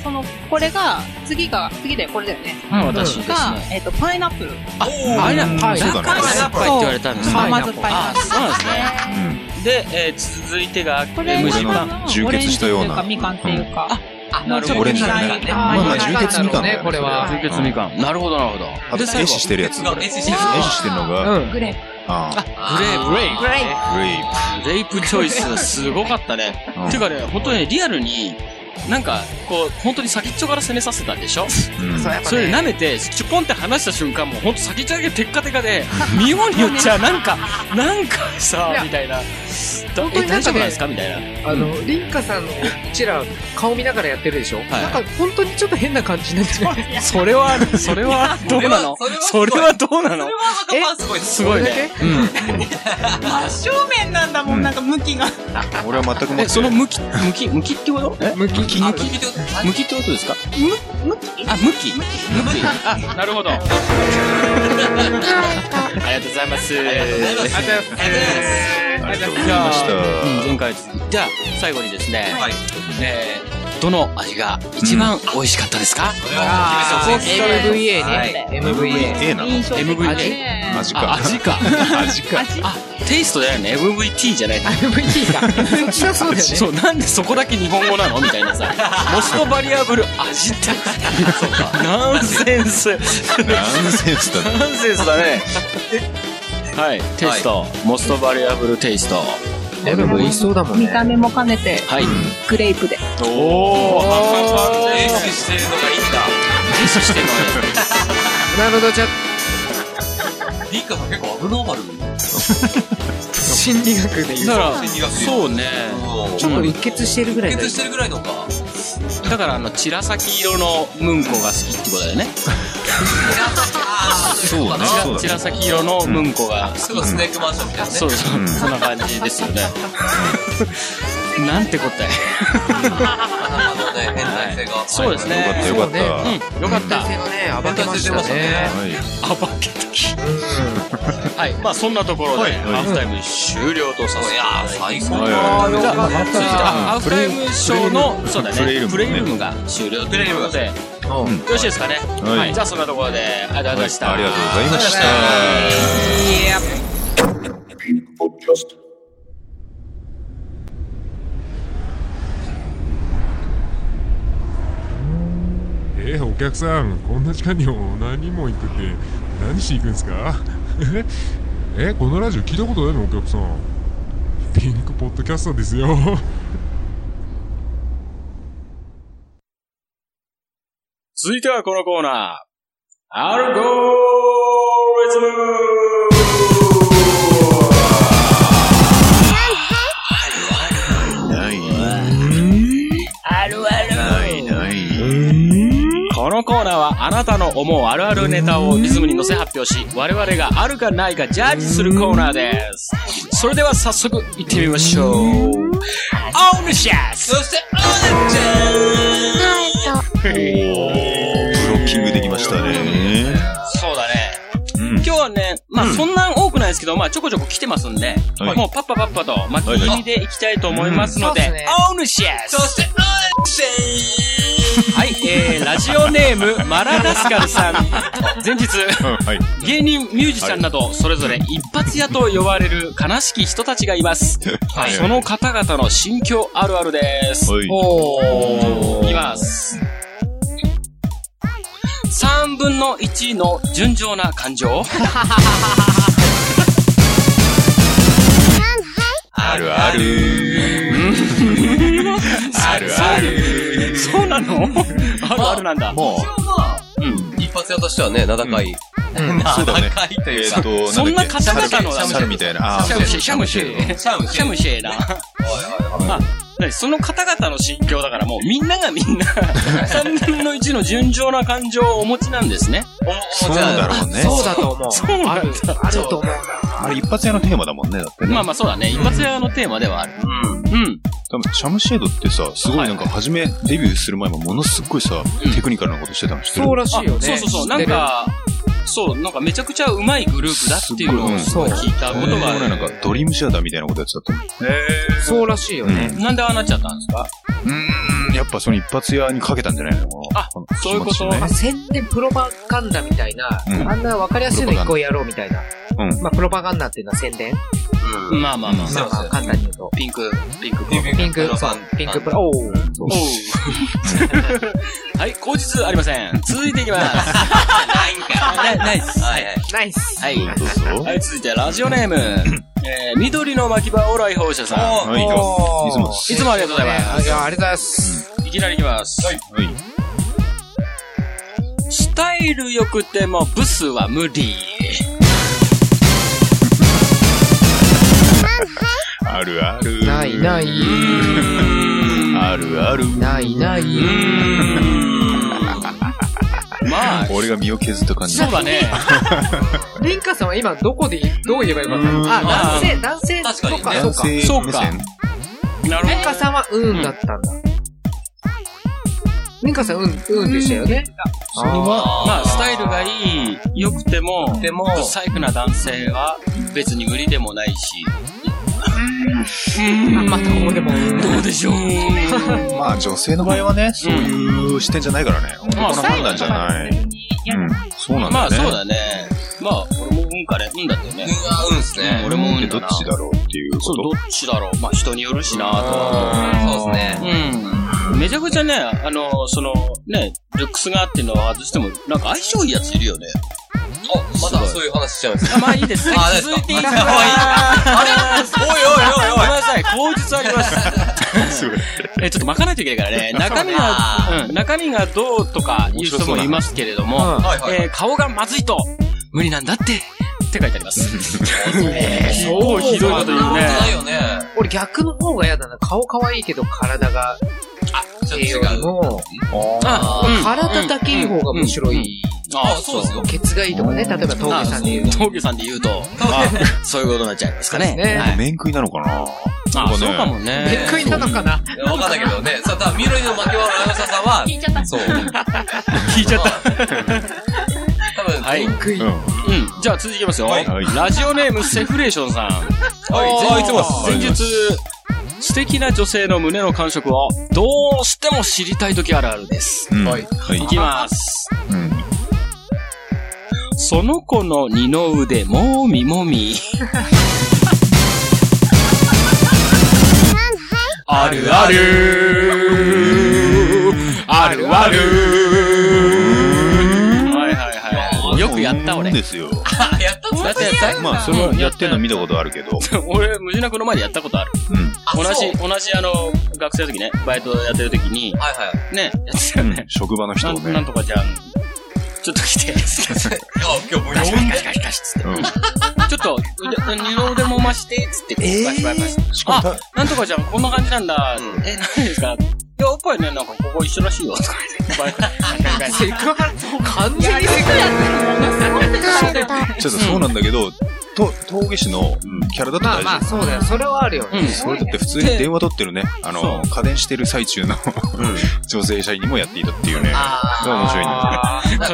Speaker 7: その、これが、次が、次でこれだよね。
Speaker 3: うん私です
Speaker 7: が
Speaker 3: ね。、
Speaker 7: えっと、パイナップル。
Speaker 3: あ、あれだ、
Speaker 6: うんそうだね
Speaker 3: だから酸っぱいって言われたんですね。
Speaker 5: パイナ
Speaker 7: 甘
Speaker 5: ップ
Speaker 7: 酸
Speaker 5: ル
Speaker 7: っぱい。
Speaker 3: あ、そうなんですね。
Speaker 6: うん
Speaker 3: で、えー続いてが、え
Speaker 7: これ
Speaker 3: ー
Speaker 7: が
Speaker 3: 無人
Speaker 7: あ
Speaker 3: パン。
Speaker 7: の
Speaker 6: 充血したような
Speaker 7: オレンジっていうかみかんっていうか。
Speaker 4: あ
Speaker 3: なるほど
Speaker 4: もうちょっと辛いがね。
Speaker 5: あー
Speaker 7: あー
Speaker 5: まあまあ、
Speaker 7: 柔
Speaker 5: 充
Speaker 7: 鉄
Speaker 5: 血みたいな
Speaker 7: ね
Speaker 5: ね、これは。
Speaker 3: 充血みかん。なるほど、なるほど。
Speaker 6: あと、
Speaker 3: で、最
Speaker 6: エ
Speaker 3: 後
Speaker 6: シ、してるやつ。
Speaker 4: が
Speaker 6: エ
Speaker 4: エ
Speaker 6: シ
Speaker 4: シしてる
Speaker 7: あー
Speaker 6: してるの
Speaker 5: う
Speaker 6: が、
Speaker 5: ん。
Speaker 7: グレープ。
Speaker 6: あー
Speaker 4: あー
Speaker 3: グレープレイ
Speaker 7: グレープ。
Speaker 6: グレイ
Speaker 3: レイプチョイス、すごかったね。
Speaker 6: プ。うん
Speaker 3: てかね、本当にリアルに、なんか、こう、本当に先っちょから攻めさせたんでしょ
Speaker 6: うん
Speaker 5: そう、やっぱ
Speaker 3: それで
Speaker 5: ね。
Speaker 3: 舐めて、チュポンって離した瞬間、もうほんと (laughs) 先っちょだけテッカテカで、見ようによっちゃ、なんか、なんかさ
Speaker 5: い、や
Speaker 3: みたいな。
Speaker 5: 本当
Speaker 3: え、
Speaker 5: になん
Speaker 3: 大丈
Speaker 5: か
Speaker 3: 夫なん
Speaker 5: ね
Speaker 3: です、かみたいな。
Speaker 5: あの、リンカさんのうちら顔見ながらやってるでしょ、なんか本当にちょっと変な感じになってない
Speaker 3: それは、それは、どうなのそ
Speaker 4: そ
Speaker 3: れ
Speaker 4: れ
Speaker 3: はどうな
Speaker 7: そ
Speaker 3: の
Speaker 7: れは
Speaker 5: え
Speaker 7: 頭はすごいです。
Speaker 3: すごい
Speaker 5: これ
Speaker 3: ね
Speaker 5: だ。
Speaker 7: 真正面なんだも
Speaker 6: うん
Speaker 7: ん、なんか向きが。
Speaker 6: 俺は全く
Speaker 3: うん。
Speaker 6: 持
Speaker 3: え、
Speaker 6: って
Speaker 3: その向き、向き、向きってことえ
Speaker 5: 向き
Speaker 3: 向き向きってことですか
Speaker 7: む、向き
Speaker 3: あ、向き向き。あ、なるほ (laughs) ど。あ
Speaker 6: ありがとうござ
Speaker 3: りがとうございます。
Speaker 5: ありがとうございます
Speaker 6: いました。
Speaker 3: うん前回ですじゃあ、最後にですね、
Speaker 4: はい。
Speaker 3: えーどの味が一番美味しかったですか、
Speaker 5: あー
Speaker 3: 厳しい厳しい
Speaker 5: MVA ね、
Speaker 4: はい
Speaker 5: MVA。
Speaker 6: A なの
Speaker 7: 印象的
Speaker 3: MV
Speaker 7: ね。
Speaker 6: マジ
Speaker 3: あ、
Speaker 6: か。
Speaker 3: 味か。
Speaker 6: 味か。
Speaker 3: あ、テイストだよね。MVT じゃない。
Speaker 5: MVT か。そっちだそうだよね。
Speaker 3: そう、なんでそこだけ日本語なのみたい (laughs) なさ。モストバリアブル味って。ナンセンス。
Speaker 6: ナンセンスだな。
Speaker 3: ナンセンスだね。はい、テイスト、モストバリアブルテイスト。
Speaker 5: でも美味しそうだもん
Speaker 7: 見
Speaker 5: ね。
Speaker 7: た目も兼ねて、
Speaker 3: はい。
Speaker 7: グレープで。
Speaker 3: おお。
Speaker 4: 演出してるのがいいんだ。
Speaker 3: 意識してるのね。
Speaker 5: なるほど、じゃあ、
Speaker 4: リンカさん結構アブノーマルなの。
Speaker 5: 心理学で言う
Speaker 3: だ
Speaker 5: と。
Speaker 3: から、そうね。
Speaker 5: ちょっとうっ血してるぐらい
Speaker 4: 献
Speaker 5: だよ
Speaker 4: 血してるぐらいのか。
Speaker 3: だから、あの、チラサキ色のムンコが好きってことだよね。
Speaker 6: そうだね。
Speaker 3: チ
Speaker 6: そう
Speaker 3: ラ
Speaker 6: だ
Speaker 3: チ
Speaker 6: ね
Speaker 3: ラサキ色のムンコが
Speaker 4: すぐスネークマンションみたいなね。
Speaker 3: そうそう、
Speaker 6: うん
Speaker 3: そんな感じですよ (laughs) ね。なんて答え。
Speaker 4: あのね、変態性が。
Speaker 3: そうです
Speaker 6: よかった
Speaker 3: ね。
Speaker 6: よかっ
Speaker 5: そう
Speaker 6: た。
Speaker 3: うん、よかっ
Speaker 5: 男
Speaker 3: た。
Speaker 5: 性のね、暴けましたね。
Speaker 6: はい。
Speaker 3: 暴けたき。 (laughs) はい、まあそんなところで、
Speaker 6: はいはい
Speaker 3: ハーフタイム終了とさせていた
Speaker 4: いや
Speaker 3: だきます
Speaker 4: ー最高
Speaker 6: はい
Speaker 5: あーよ
Speaker 3: じゃ
Speaker 5: か
Speaker 3: あ
Speaker 5: っ
Speaker 3: 続いて、
Speaker 5: た。
Speaker 3: あハーフタイムショーの、そうだね、プ
Speaker 6: プレ
Speaker 3: レイ
Speaker 6: イル
Speaker 3: ル
Speaker 6: ームね
Speaker 3: ームが終了ということで、よ
Speaker 5: うん
Speaker 3: ろしいですかね。
Speaker 6: はい
Speaker 3: はい、じゃあそんなところで、ありがとうございました。
Speaker 6: ありがとうございました。
Speaker 8: えーお客さんこんな時間に何人も行くって何しに行くんですか (laughs) えこのラジオ聞いたことないのお客さんピンクポッドキャストですよ
Speaker 3: 続いてはこのコーナー。アルゴリズム
Speaker 6: ない。
Speaker 7: あるある。
Speaker 6: ないない。
Speaker 3: このコーナーはあなたの思うあるあるネタをリズムに乗せ発表し、我々があるかないかジャッジするコーナーです。それでは早速行ってみましょう。オヌシャス
Speaker 4: そして、あーちゃん
Speaker 6: ブロッキングできましたね。
Speaker 3: そうだね。
Speaker 6: うん。
Speaker 3: 今日はね、まあそんな多くないですけど、まあちょこちょこ来てますんで、
Speaker 6: はい
Speaker 3: もうパッパパッパと巻き切りでいきたいと思いますので、
Speaker 5: はいはい
Speaker 3: オヌシャス
Speaker 4: そして、あーち
Speaker 3: はい、えー、ラジオネーム、マラダスカル (laughs) さん。前日、
Speaker 6: うんはい。
Speaker 3: 芸人、ミュージシャンなど、それぞれ一発屋と呼ばれる悲しき人たちがいます。
Speaker 6: はい
Speaker 3: その方々の心境あるあるです。
Speaker 6: はい
Speaker 3: おいます。3分の1の純情な感情
Speaker 6: あるある。あるある。
Speaker 3: そうなのあるあるなんだ。
Speaker 6: もう、
Speaker 3: うん。
Speaker 4: ゃん一発屋としてはね、名高い。名
Speaker 6: そうだね
Speaker 4: 高いと
Speaker 6: え
Speaker 4: いう
Speaker 6: っ
Speaker 4: か。
Speaker 6: と、
Speaker 3: そんな方々の
Speaker 6: 猿みたいな。あ
Speaker 3: シ
Speaker 6: ー
Speaker 3: ャムシェ、シャ
Speaker 6: シャムシ
Speaker 4: シャム
Speaker 3: ムシェ。
Speaker 4: シ
Speaker 3: シャ
Speaker 4: ェ
Speaker 3: ム
Speaker 4: ム。
Speaker 3: シェな。あ、何その方々の心境だからもうみんながみんな3分の1の純情な感情をお持ちなんですね。
Speaker 6: そうだろうね。
Speaker 5: そうだと思う。
Speaker 3: そうなんだ。
Speaker 5: あると思う。
Speaker 6: あれ一発屋のテーマだもんね、だってね。
Speaker 3: まあまあそうだね。一発屋のテーマではある。うん。
Speaker 6: 多分シャムシェードってさ、すごいなんか、初め、デビューする前もものすごいさ、
Speaker 3: うん
Speaker 6: テクニカルなことしてたの知ってる
Speaker 5: そうらし
Speaker 3: あ
Speaker 5: いよね。
Speaker 3: そうそうそう。なんか、そう、なんかめちゃくちゃうまいグループだっていうのを
Speaker 6: す
Speaker 5: ごいうん
Speaker 3: 聞いたことがあ
Speaker 6: 俺
Speaker 3: る
Speaker 6: なん。か、ドリームシェアだみたいなことやってたと思う。
Speaker 5: そうらしいよね。
Speaker 3: なんでああなっちゃったんですか
Speaker 6: うん、やっぱその一発屋にかけたんじゃないの
Speaker 3: あ
Speaker 6: この
Speaker 3: そういうこと
Speaker 6: 気持ちね
Speaker 5: まあ、宣伝プロパガンダみたいな、
Speaker 6: うん
Speaker 5: あんな分かりやすいの一個やろうみたいな。
Speaker 6: うん
Speaker 5: まあ、プロパガンダっていうのは宣伝
Speaker 4: うん。
Speaker 3: まあまあまあ。
Speaker 5: まあまあ、簡単に言うと。
Speaker 3: ピンク、ピンク。
Speaker 5: ピンク、そうピンクプロ、おー
Speaker 3: おう (laughs) はい、口実ありません。続いていきます。
Speaker 4: ないんか。
Speaker 3: なないっす。
Speaker 4: はいはい。
Speaker 5: ナイス
Speaker 3: はい。
Speaker 6: どうぞ。
Speaker 3: はい、続いてラジオネーム、えー、緑の巻き場を来訪者さ
Speaker 6: はい、
Speaker 5: おー
Speaker 6: いつもです
Speaker 3: ん。いつもありがとうございま
Speaker 5: あいやありがとうございます。
Speaker 3: す。いきなりいきます。
Speaker 6: はい。
Speaker 3: スタイル良くてもブスは無理。
Speaker 2: あるある。
Speaker 5: ないない。
Speaker 2: あるある。
Speaker 5: ないない。
Speaker 3: まあ、
Speaker 2: (laughs) 俺が身を削った感じ。
Speaker 3: そうだね。
Speaker 5: リンカさんは今どこで、どう言えばよかったのあ、男性、男性と
Speaker 4: 確か
Speaker 5: か、
Speaker 4: にね
Speaker 5: そうか。リ
Speaker 3: そうか。なる
Speaker 5: ンカさんはうんだったんだ。リンカさんうん、うんでしたよね。
Speaker 3: それは、まあ、スタイルがいい、良くても、でも、不細工な男性は別に無理でもないし。
Speaker 5: またここでも。
Speaker 3: どうでしょう。
Speaker 2: まあ女性の場合はね、そういう視点じゃないからね。男の判断じゃない。うん。そうなんだ
Speaker 3: ま
Speaker 2: よ
Speaker 3: あ、
Speaker 2: ね。
Speaker 3: そうだね。まあ、俺も運かね、運だったよね。
Speaker 4: うんっすね。
Speaker 3: 俺も運
Speaker 2: ど
Speaker 3: だ
Speaker 2: っ
Speaker 3: な
Speaker 2: ちだろうっていう
Speaker 3: そう、
Speaker 2: こ
Speaker 3: どっちだろう。まあ、人によるしなとは
Speaker 4: そうですね。
Speaker 3: うん。めちゃくちゃね、あの、その、ね、ルックスがあっていうのは外しても、なんか相性いいやついるよね。
Speaker 4: お、まだそういう話しちゃうんですか
Speaker 3: あまあいいですね
Speaker 4: あですか
Speaker 3: 続いていいですかあれ
Speaker 4: おいおいおいおい
Speaker 3: ごめんなさい、口実あります。
Speaker 2: と。す (laughs) ごい。
Speaker 3: え、ちょっと巻かないといけないからね。 (laughs) 中身が、うん、中身がどうとか言う人もいますけれども、
Speaker 4: はいはい。
Speaker 3: えー顔がまずいと、無理なんだって、って書いてあります。 (laughs) えー、そうひどいこと言うね。
Speaker 4: ないよね。
Speaker 5: 俺逆の方が嫌だな。顔可愛いけど体が、
Speaker 4: ちょ
Speaker 5: っ
Speaker 4: ってと違
Speaker 5: いうより
Speaker 4: う。
Speaker 5: も、
Speaker 3: あうん
Speaker 5: 体だけいい方がむしろいい。
Speaker 3: あ
Speaker 4: あ、そうですよ。
Speaker 5: ケツがいいとかね、例えば峠さんで言うと。
Speaker 3: 峠さんで言うと、あそういうことになっちゃいますかね。
Speaker 5: ね
Speaker 3: はい
Speaker 2: 面食いなのかな
Speaker 3: あ、そうかもね。
Speaker 5: びっくりなのかな
Speaker 4: わかんないけどね。さあ、ただ、緑の巻き場のアナウンサーさんは、
Speaker 1: 聞いちゃった。
Speaker 4: そう。
Speaker 3: 聞いちゃった。
Speaker 4: 多分、
Speaker 3: (laughs) はい。うん。
Speaker 5: 食い。
Speaker 3: じゃあ続いていきますよ。
Speaker 4: はい
Speaker 3: ラジオネームセフレーションさん。
Speaker 4: はい、全然いつも
Speaker 3: 前日、素敵な女性の胸の感触をどうしても知りたい時あるあるです。
Speaker 2: うん。
Speaker 4: は
Speaker 2: はいい。
Speaker 3: いきます。
Speaker 2: うん。
Speaker 3: その子の二の腕、もみも
Speaker 2: (laughs)
Speaker 3: み。あるある。あるある。はいはいはい。よくやった俺。
Speaker 2: ですよ。
Speaker 4: あやったんす
Speaker 3: だ
Speaker 4: か
Speaker 3: ってやった
Speaker 2: まあ、それはやってんの見たことあるけど。
Speaker 3: (laughs) 俺、無事なこの前でやったことある。
Speaker 2: うん。
Speaker 3: 同
Speaker 4: あそ
Speaker 3: じ、
Speaker 4: う
Speaker 3: 同じあの、学生の時ね、バイトやってる時に、
Speaker 4: はいはい。
Speaker 3: ね、やってたよね。
Speaker 2: 職場の人
Speaker 3: な
Speaker 2: を
Speaker 3: んなん
Speaker 2: ね。
Speaker 3: とかじゃん。ちょっと来て。
Speaker 4: あ、今日もう4回。
Speaker 2: うん。
Speaker 3: ちょっと、腕二の腕もまして、つって、バシバシバシ
Speaker 2: しかもた、
Speaker 3: なんとかじゃん、こんな感じなんだ。
Speaker 4: うん
Speaker 3: え、何ですかいや、おっぱいね、なんかここ一緒らしいよ。とか言って
Speaker 5: セクハラ、完全にセクハ
Speaker 2: ちょっとそうなんだけど、と、峠市のキャラだと
Speaker 5: ラ。ま
Speaker 2: 大
Speaker 5: あ
Speaker 2: 丈
Speaker 5: まあ、そうだよ。それはあるよね。
Speaker 3: うん
Speaker 5: す
Speaker 2: 夫。
Speaker 5: ごい
Speaker 2: これ
Speaker 5: ね
Speaker 2: だって普通に電話取ってるね、あの、家電してる最中の (laughs) 女性社員にもやっていたっていうね。
Speaker 5: あ
Speaker 2: 面白いね。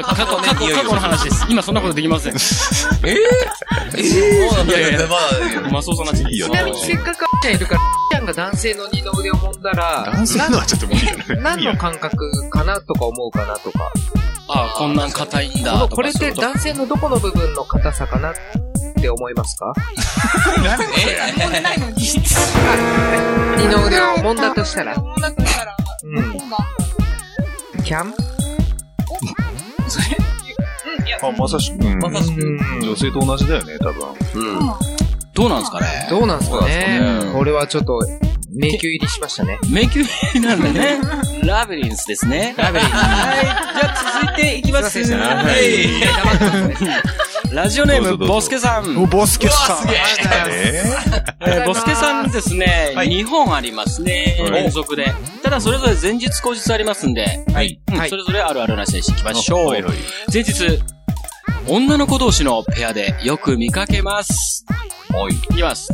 Speaker 3: 過去、過去、過去過去の話です。今そんなことできません。
Speaker 4: そうなんだよ
Speaker 3: いやいや
Speaker 4: ね。まあ、
Speaker 3: まあ、そうそうな時期
Speaker 2: いいよ
Speaker 5: ちなみにせっかくあっちゃんいるから、あっちゃんが男性の二の腕を揉んだら、
Speaker 2: 男性
Speaker 5: (laughs)
Speaker 2: のはちょっと無理だね。
Speaker 5: 何
Speaker 2: いや
Speaker 5: の感覚かなとか思うかなとか。
Speaker 3: ああ、こんなん硬いんだ
Speaker 5: この
Speaker 3: とか。
Speaker 5: これっ
Speaker 3: そうい
Speaker 5: て
Speaker 3: うこと
Speaker 5: 男性のどこの部分の硬さかなって思いますか
Speaker 7: 問ないのに。
Speaker 5: 二の腕を揉んだとしたら。
Speaker 7: 問なくなったら、
Speaker 5: うん。
Speaker 7: 今度
Speaker 5: キャン
Speaker 7: うん、いや、
Speaker 2: あ、まさしく、うん
Speaker 4: まさしく。
Speaker 2: 女性と同じだよね、多分。
Speaker 4: うん。
Speaker 3: どうなんですかね
Speaker 5: どうなんすかね
Speaker 3: そうなんすかね
Speaker 5: これはちょっと、迷宮入りしましたね。
Speaker 3: 迷宮入りなんだね。 (laughs) ラビリンスですね。ラビリンス。はい。じゃあ続いていきます。
Speaker 5: すいませんでした
Speaker 3: はいラジオネーム、
Speaker 2: どうぞどうぞ
Speaker 3: ボスケさん。
Speaker 2: ボスケさん。え
Speaker 3: えーボスケさんですね、2本ありますね、
Speaker 2: はい
Speaker 3: 連続で。ただそれぞれ前日後日ありますんで、
Speaker 2: はい
Speaker 3: うん
Speaker 5: はい
Speaker 3: それぞれあるあるなしでしていきま
Speaker 2: ー
Speaker 3: しょう
Speaker 2: はい。はい
Speaker 3: 前日、女の子同士のペアでよく見かけます。
Speaker 4: はい。
Speaker 3: いきます。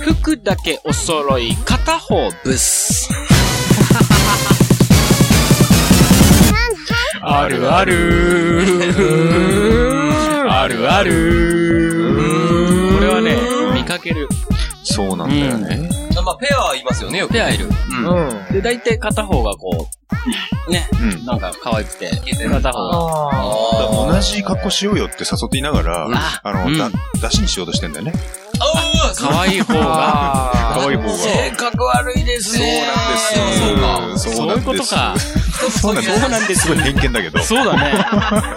Speaker 3: 服だけお揃い、片方ブス。
Speaker 2: あるある。あるある。
Speaker 3: これはね、見かける。
Speaker 2: そうなんだよね。
Speaker 4: あまあ、ペアはいますよね、よく。
Speaker 3: ペアいる。
Speaker 5: うん。
Speaker 3: で、大体片方がこう、ね、
Speaker 2: うん。
Speaker 3: なんか可愛くて、片方が。
Speaker 5: あ
Speaker 2: だ
Speaker 4: あ
Speaker 2: から同じ格好しようよって誘っていながら、
Speaker 3: あ
Speaker 2: あ
Speaker 3: う
Speaker 2: の、
Speaker 3: ん
Speaker 2: だ、出しにしようとしてんだよね。
Speaker 4: あ、う
Speaker 3: 可愛い方が、
Speaker 5: あ
Speaker 2: 可愛い方が。
Speaker 3: 性格悪いですね。
Speaker 4: そうなんです
Speaker 3: そういうことか。
Speaker 4: わ
Speaker 2: そうなんです。
Speaker 3: そうなんです
Speaker 2: すごい偏見だけど。
Speaker 3: そうだね。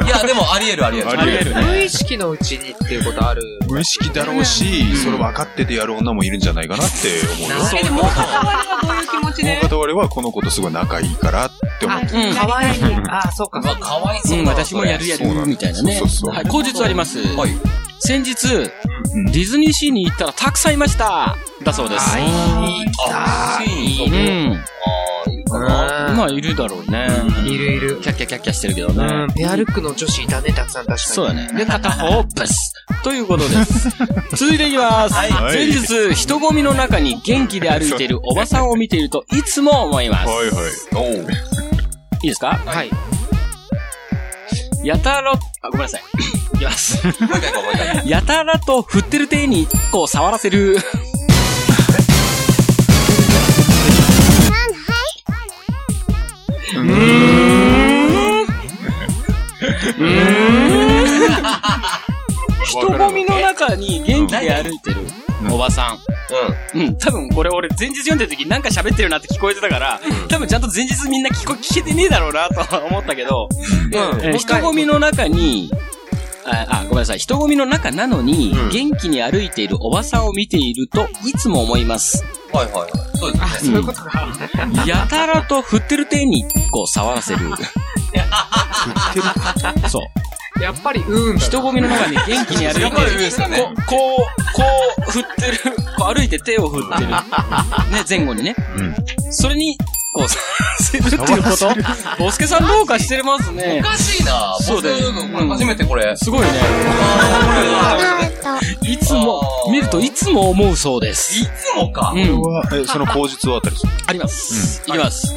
Speaker 4: いや、でも、あり得る、あり得る。
Speaker 2: ありえる
Speaker 5: ー無意識のうちにっていうことある。
Speaker 2: 無意識だろうし、それ分かっててやる女もいるんじゃないかなって思うよ。
Speaker 7: え、でも、大阪割はどういう気持ち
Speaker 2: も
Speaker 7: で
Speaker 2: う片割れはこの子とすごい仲いいからって思う。
Speaker 3: うん、
Speaker 5: 可愛い。ああ、そうか
Speaker 4: う。わ、かわいそううんな。
Speaker 3: 私もやるや
Speaker 2: そうな
Speaker 3: る、
Speaker 2: んだ
Speaker 3: みたいなね。
Speaker 2: そうそうそう
Speaker 3: はい、後日あります。
Speaker 4: はい。
Speaker 3: 先日、
Speaker 2: ん
Speaker 3: ディズニーシーに行ったらたくさんいました。だそうです。
Speaker 4: あ、ついに
Speaker 3: う
Speaker 4: そこあ
Speaker 3: ん。
Speaker 4: ーいいかな
Speaker 3: まあ、いるだろうね。
Speaker 5: いるいる。
Speaker 3: キャッキャキャッキャしてるけど
Speaker 5: う
Speaker 3: ね
Speaker 5: ん。。ペアルックの女子いたね、たくさん確かに。
Speaker 3: そうだね。で、片方、ブスということです。続いていきます。
Speaker 2: はい
Speaker 3: 前日、人混みの中に元気で歩いているおばさんを見ているといつも思います。
Speaker 2: はい
Speaker 3: い
Speaker 2: はい。おう。
Speaker 3: いですか
Speaker 5: はい。
Speaker 3: やたら、あ、ごめんなさい。いきます。
Speaker 4: もう一回行こう、もう一回行こ
Speaker 3: やたらと振ってる手に1個触らせる。人混みの中に元気で歩いてるおばさん。うん、多分これ俺前日読んでる時なんか喋ってるなって聞こえてたから、多分ちゃんと前日みんな聞こ、聞けてねえだろうなとは思ったけど、
Speaker 4: う
Speaker 3: えー人混みの中に、あ、あごめんなさい。人混みの中なのに、
Speaker 4: うん
Speaker 3: 元気に歩いているおばさんを見ていると、いつも思います。
Speaker 4: う。はいはいはい。そうですね。
Speaker 3: そういうことか。やたらと振ってる手に、こう、触らせ
Speaker 4: (laughs)
Speaker 3: る。そう。
Speaker 5: やっぱり、うんだ。
Speaker 3: 人混みの中に元気に歩い
Speaker 4: やっぱり上ですよ
Speaker 3: て
Speaker 4: ね
Speaker 3: る。こう、こう、こう、振ってる。こう歩いて手を振ってる。ね、前後にね。それに、こう、触らせるっていうこと。ボスケさんどうかしてますね
Speaker 4: お。かしいな
Speaker 3: そうだよ
Speaker 4: 僕これ初めてこれ。
Speaker 3: すごいね。
Speaker 4: あー
Speaker 1: あ
Speaker 4: こ
Speaker 3: いつも、見るといつも思うそうです。
Speaker 4: れはいつもか
Speaker 3: う。
Speaker 2: こ
Speaker 3: ん。
Speaker 2: れは、え、その口述はあったりする。
Speaker 3: あります。いきます。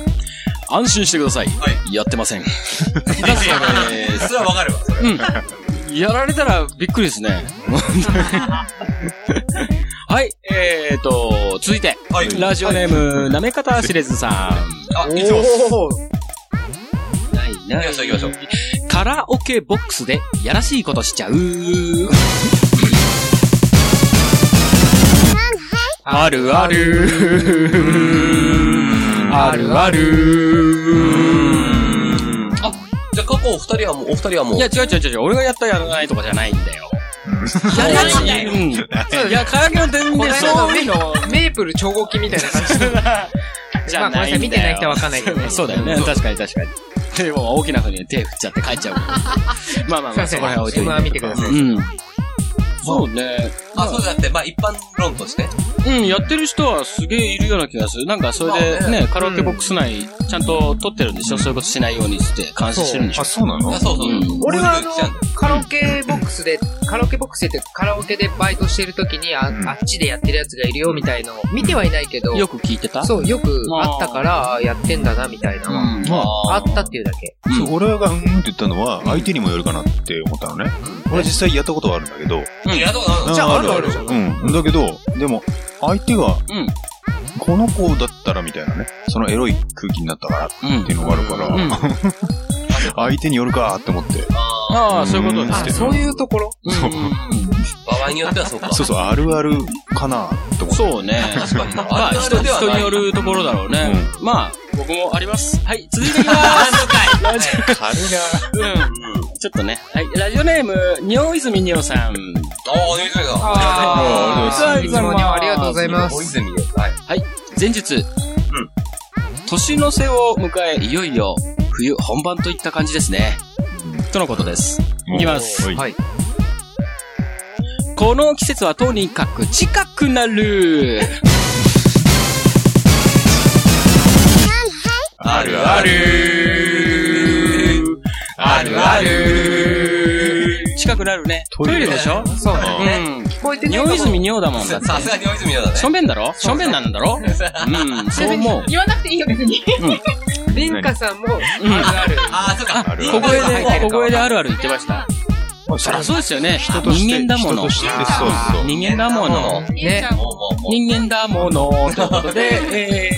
Speaker 3: 安心してください。やってません。だそうです。
Speaker 4: それはわかるわ。それ
Speaker 3: うん。やられたらびっくりですね。 (laughs) はい、えーと、続いて、
Speaker 4: はい
Speaker 3: ラジオネーム、なめかたしれずさ
Speaker 4: あ、いつも。
Speaker 3: ん。ない
Speaker 4: 行
Speaker 3: な
Speaker 4: きましょう行きましょう。
Speaker 3: カラオケボックスでやらしいことしちゃう。あるある。あるある。
Speaker 4: あ、じゃあ過去お二人はもう、お二人はもう。
Speaker 3: いや、、違う違う違う、俺がやったやらないとかじゃないんだよ。やらないんだよ。うん。いや、カラオケの店員
Speaker 5: こ
Speaker 3: で
Speaker 5: の間
Speaker 3: そ
Speaker 5: の
Speaker 3: う
Speaker 5: メ
Speaker 3: いうの、
Speaker 5: メープル超合金みたいな感
Speaker 3: (laughs)
Speaker 5: じ。
Speaker 3: じゃないんだよ。
Speaker 5: まあごめんなさい見てない人はわかんないけどね
Speaker 3: そうだよね。確かに確かに。でも大きな風に手振っちゃって帰っちゃう。まあまあ
Speaker 5: すい
Speaker 3: まあ、そこら辺
Speaker 5: ません。
Speaker 3: は置いといて。
Speaker 5: 今見てください。
Speaker 3: うん。そうね。
Speaker 4: あ、そうじゃなくて、まあ一般論として。
Speaker 3: うん、やってる人はすげえいるような気がする。なんか、それ
Speaker 4: そ
Speaker 3: で
Speaker 4: う
Speaker 3: ね、カラオケボックス内、ちゃんと撮ってるんでしょそういうことしないようにって監視してるんでしょ
Speaker 2: あ、そうなの
Speaker 4: あ、そうそう
Speaker 3: う。ん
Speaker 5: 俺はあ
Speaker 4: 来ちゃうんだ
Speaker 5: の、カラオケボックスで、カラオケボックスでっていうかカラオケでバイトしてる時にあ、あっちでやってるやつがいるよみたいのを見てはいないけど、
Speaker 3: よく聞いてたう。
Speaker 5: そう、よくあったから、あやってんだなみたいなのは、
Speaker 3: ん。
Speaker 2: まあ、
Speaker 5: あったっていうだけ。
Speaker 2: そう俺がうんうんって言ったのは、相手にもよるかなって思ったのね。俺実際やったことはあるんだけど。
Speaker 4: うん。いや、どうなの
Speaker 2: うん
Speaker 4: じゃあ、
Speaker 2: あるある。うん。だけど、でも、相手が、
Speaker 3: うん
Speaker 2: この子だったらみたいなね、そのエロい空気になったからっ
Speaker 3: うん
Speaker 2: ていうのがあるから、
Speaker 3: うん
Speaker 2: 相手によるかって思って。
Speaker 3: ああ、そういうことで
Speaker 2: あ
Speaker 3: すけど。
Speaker 5: そういうところ
Speaker 2: そう
Speaker 4: 場合によってはそうか。
Speaker 2: そうそう、あるあるかなって思って。
Speaker 3: そうね。
Speaker 4: 確かにな。
Speaker 3: まあ、人
Speaker 4: ではない
Speaker 3: 人によ。るところだろうね。まあ、僕もあります。はい、続いていきます。ラジ
Speaker 2: 軽い
Speaker 3: オ、うん。ちょっとね。はい、ラジオネーム、尿泉尿さん。
Speaker 4: おー、おいしいな。
Speaker 5: あ
Speaker 3: ありがとうございます
Speaker 5: いつもにはありがとうございま
Speaker 4: 大
Speaker 5: す。
Speaker 4: 泉よ。はい。
Speaker 3: 前日。年の瀬を迎え、いよいよ、冬本番といった感じですね。とのことです。
Speaker 2: な。
Speaker 3: いきます
Speaker 2: はい。
Speaker 5: はい。
Speaker 3: この季節はとにかく近くなる。
Speaker 2: あるある。
Speaker 3: あるある。近くなるね。トイレでしょ
Speaker 5: そうね。
Speaker 3: うん。
Speaker 5: 聞こえてないかも
Speaker 3: 尿泉尿だもんだって。
Speaker 4: さすがに大泉よだね
Speaker 3: し。ょんべんだろしょんべんなんだろうん、そう思う。
Speaker 7: 言わなくていいよ、別に。
Speaker 5: リンカさんも、あ
Speaker 3: うん
Speaker 5: るある。
Speaker 4: あー、そうか。
Speaker 2: ある
Speaker 3: 小声
Speaker 5: 入って
Speaker 3: で、
Speaker 5: るか
Speaker 3: 小声であるある言ってました。そりゃそうですよね。
Speaker 2: 人として
Speaker 3: 人間だもの
Speaker 2: 人と。してそうそう。
Speaker 3: 人間だもの。
Speaker 7: 言えちゃう。
Speaker 4: もう、もう、もう。
Speaker 3: 人間だもの。ということ (laughs) で、